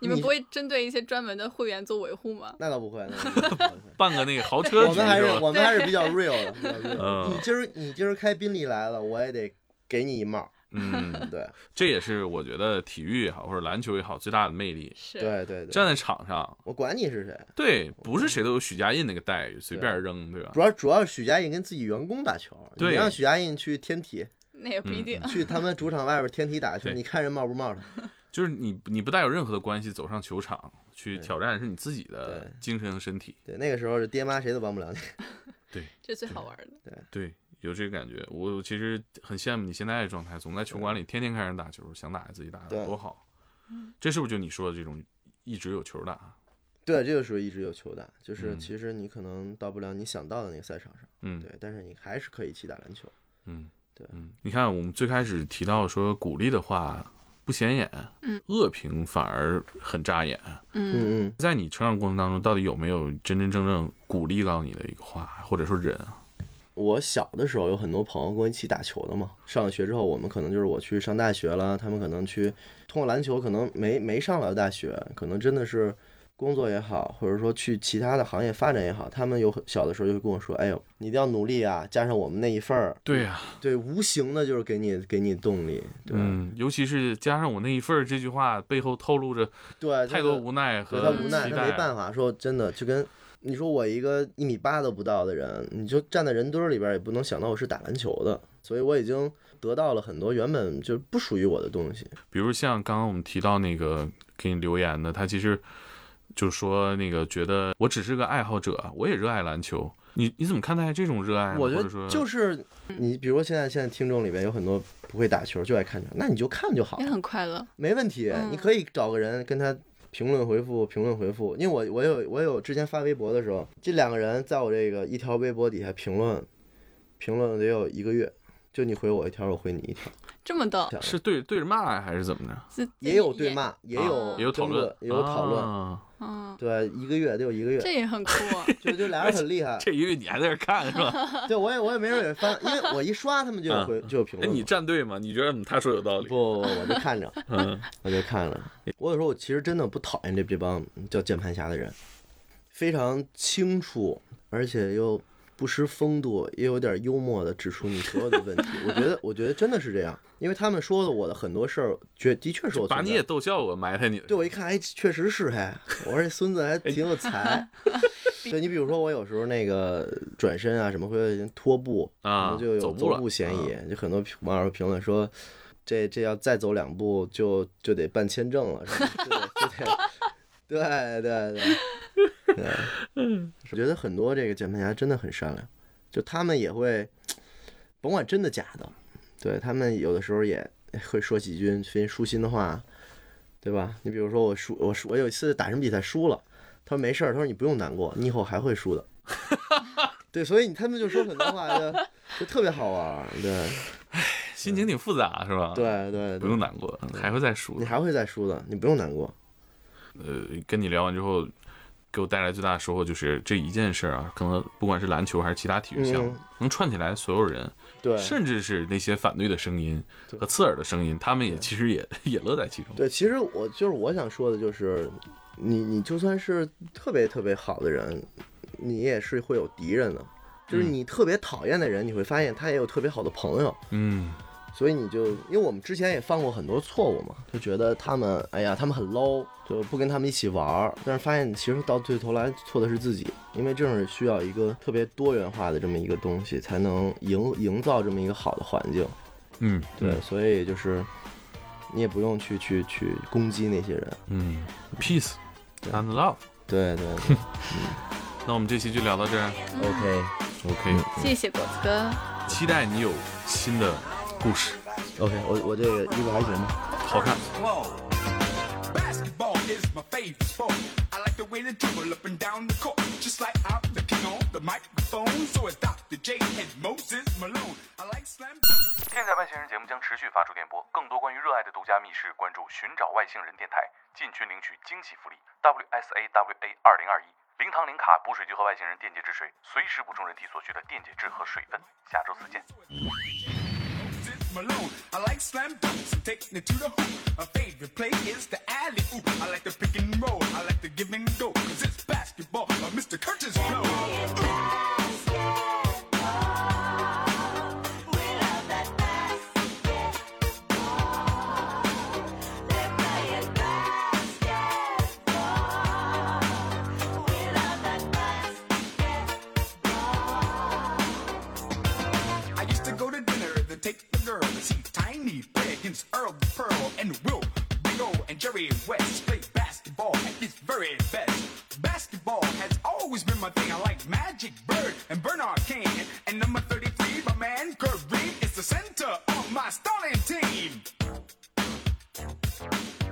Speaker 4: 你们不会针对一些专门的会员做维护吗？
Speaker 3: 那倒不会，那倒不会。
Speaker 5: 办个那个豪 车
Speaker 3: 我
Speaker 5: 局
Speaker 3: 们还是
Speaker 5: 吧？
Speaker 3: 我们还是比较 real 的比较 real 的。
Speaker 5: 嗯
Speaker 3: 你今儿你今儿开宾利来了，我也得给你一帽。
Speaker 5: 嗯，
Speaker 3: 对
Speaker 5: 这也是我觉得体育也好或者篮球也好最大的魅力，
Speaker 4: 是，
Speaker 3: 对对对，
Speaker 5: 站在场上，
Speaker 3: 我管你是谁，
Speaker 5: 对，不是谁都有许家印那个待遇，随便扔，对吧
Speaker 3: 主？要主要是许家印跟自己员工打球，你
Speaker 5: 对
Speaker 3: 让许家印去天体，
Speaker 5: 嗯
Speaker 4: 那也不一定。
Speaker 3: 去他们主场外边天体打球，
Speaker 5: 对
Speaker 3: 你看人冒不冒他？
Speaker 5: 就是你你不带有任何的关系走上球场去挑战是你自己的
Speaker 3: 对
Speaker 5: 精神和身体。
Speaker 3: 对，那个时候是爹妈谁都帮不了你。
Speaker 4: 这最好玩的。
Speaker 5: 对，有这个感觉。我其实很羡慕你现在的状态，总在球馆里天天看人打球，想打自己打
Speaker 3: 对
Speaker 5: 的多好。这是不是就你说的这种一直有球打？
Speaker 3: 对，这个时候一直有球打，就是
Speaker 5: 嗯
Speaker 3: 其实你可能到不了你想到的那个赛场上，
Speaker 5: 嗯，
Speaker 3: 对，但是你还是可以一起打篮球。
Speaker 5: 嗯，
Speaker 3: 对
Speaker 5: 嗯，你看我们最开始提到说鼓励的话不显眼，
Speaker 4: 嗯，
Speaker 5: 恶评反而很扎眼。
Speaker 4: 嗯，
Speaker 3: 嗯嗯，
Speaker 5: 在你成长过程当中，到底有没有真真正正鼓励到你的一个话，或者说人啊？
Speaker 3: 我小的时候有很多朋友跟我一起打球的嘛。上了学之后，我们可能就是我去上大学了，他们可能去通过篮球，可能没没上了大学，可能真的是工作也好，或者说去其他的行业发展也好，他们有很小的时候就会跟我说：“哎呦，你一定要努力啊！”加上我们那一份儿，
Speaker 5: 对呀、
Speaker 3: 对，无形的就是给你给你动力。对、
Speaker 5: 嗯，尤其是加上我那一份儿这句话背后透露着
Speaker 3: 对，
Speaker 5: 太
Speaker 3: 就是
Speaker 5: 多无奈和
Speaker 3: 呃对他无奈，
Speaker 5: 期
Speaker 3: 他
Speaker 5: 待
Speaker 3: 没办
Speaker 5: 啊。
Speaker 3: 法。说真的，就跟你说我一个一米八都不到的人，你就站在人堆儿里边儿，也不能想到我是打篮球的。所以我已经得到了很多原本就不属于我的东西。
Speaker 5: 比如像刚刚我们提到那个给你留言的，他其实就说那个觉得我只是个爱好者，我也热爱篮球。你你怎么看待这种热爱呢？
Speaker 3: 我觉
Speaker 5: 哎或者说
Speaker 3: 得就是你，比如说现在现在听众里面有很多不会打球就爱看球，那你就看就好
Speaker 4: 也
Speaker 3: 了，
Speaker 4: 很快乐。
Speaker 3: 没问题。
Speaker 4: 嗯
Speaker 3: 你可以找个人跟他。评论回复，评论回复，因为我我有我有之前发微博的时候，这两个人在我这个一条微博底下评论，评论了得有一个月，就你回我一条，我回你一条，
Speaker 4: 这么逗，
Speaker 5: 是对对着骂呀还是怎么着？
Speaker 4: 自
Speaker 3: 也有对，骂，也
Speaker 5: 啊
Speaker 3: 有
Speaker 5: 也有讨
Speaker 3: 争
Speaker 5: 论
Speaker 3: 论，，也有讨论。
Speaker 5: 啊
Speaker 4: 嗯，
Speaker 3: 对，一个月得有一个月，
Speaker 4: 这也很酷啊。
Speaker 3: 就就俩人很厉害。
Speaker 5: 这因为你还在这看 是吧？
Speaker 3: 对我也我也没准也翻，因为我一刷他们就有回就有评
Speaker 5: 哎，
Speaker 3: 论嘛。
Speaker 5: 你站队吗？你觉得嗯他说有道理？
Speaker 3: 不不不，我就看着，
Speaker 5: 嗯， 哎
Speaker 3: 我就看着。我有时候我其实真的不讨厌这这帮叫键盘侠的人，非常清楚，而且又不失风度，也有点幽默的指出你所有的问题。我觉得我觉得真的是这样，因为他们说的我的很多事儿，觉的确是我
Speaker 5: 把
Speaker 3: 存
Speaker 5: 你
Speaker 3: 在
Speaker 5: 也逗笑我，埋汰你。
Speaker 3: 对，我一看，哎，确实是哎，我说这孙子还挺有才。对你比如说，我有时候那个转身啊什么会拖步可
Speaker 5: 啊
Speaker 3: 能就有
Speaker 5: 走
Speaker 3: 走
Speaker 5: 步了啊
Speaker 3: 步嫌疑，就很多网友评论说，这这要再走两步就就得办签证了，是吧就得就得，对对对， 对，
Speaker 5: 嗯
Speaker 3: 我觉得很多这个键盘侠真的很善良，就他们也会，甭管真的假的，对他们有的时候也会说几句非舒心的话，对吧？你比如说我输，我输，我有一次打什么比赛输了，他说没事儿，他说你不用难过，你以后还会输的。 对，所以他们就说很多话就就特别好玩儿，对
Speaker 5: 心情挺复杂是吧？，
Speaker 3: 对对
Speaker 5: 啊不
Speaker 3: 对，
Speaker 5: 用难过，还会再输
Speaker 3: 你。还会再输的，你不用难过。
Speaker 5: 呃，跟你聊完之后，给我带来最大的收获就是这一件事儿啊，可能不管是篮球还是其他体育项目，
Speaker 3: 嗯
Speaker 5: 能串起来所有人，
Speaker 3: 对，
Speaker 5: 甚至是那些反对的声音和刺耳的声音，他们也其实也 也乐在其中。
Speaker 3: 对，其实我就是我想说的，就是你你就算是特别特别好的人，你也是会有敌人的。就是
Speaker 5: 嗯
Speaker 3: 你特别讨厌的人，你会发现他也有特别好的朋友，
Speaker 5: 嗯，
Speaker 3: 所以你就因为我们之前也犯过很多错误嘛，就觉得他们哎呀他们很 low，就不跟他们一起玩儿。但是发现其实到最头来错的是自己，因为这种需要一个特别多元化的这么一个东西，才能营营造这么一个好的环境。
Speaker 5: 嗯，
Speaker 3: 对，，所以就是你也不用去去去攻击那些人。
Speaker 5: 嗯，peace and love。
Speaker 3: 对对 对
Speaker 5: 那我们这期就聊到这儿
Speaker 3: ，OK，
Speaker 5: ，OK，
Speaker 4: 谢谢果子哥，
Speaker 5: 期待你有新的故事，
Speaker 3: OK，我我这个衣服还行吗？
Speaker 5: 好看。
Speaker 10: Whoa. Basketball is my favorite sport. I like the way they dribble up and down the court, just like I'm the king on the microphone. So it's Dr. J and Moses Malone. I like slam.
Speaker 2: 天才外星人节目将持续发出电波，更多关于热爱的独家密室，关注“寻找外星人”电台，进群领取惊喜福利 WSAWA 二零二一零糖零卡补水机和外星人电解质水，随时补充人体所需的电解质和水分。下周四见。
Speaker 10: Moses Malone. I like slam dunks and taking it to the hoop. My favorite play is the alley oop. I like the pick and roll. I like the give and go. Cause it's basketball. uh, Mr. Curtis Blow.
Speaker 7: We love that basketball. They're playing basketball. We love that
Speaker 10: I used to go to dinner, then take the girl to see Tiny Pig and Earl the Pearl and Will B. Chicago and Jerry West play basketball at its very best. Basketball has always been my thing. I like Magic Bird and Bernard King. And number 33, my man Kareem is the center of my starting team.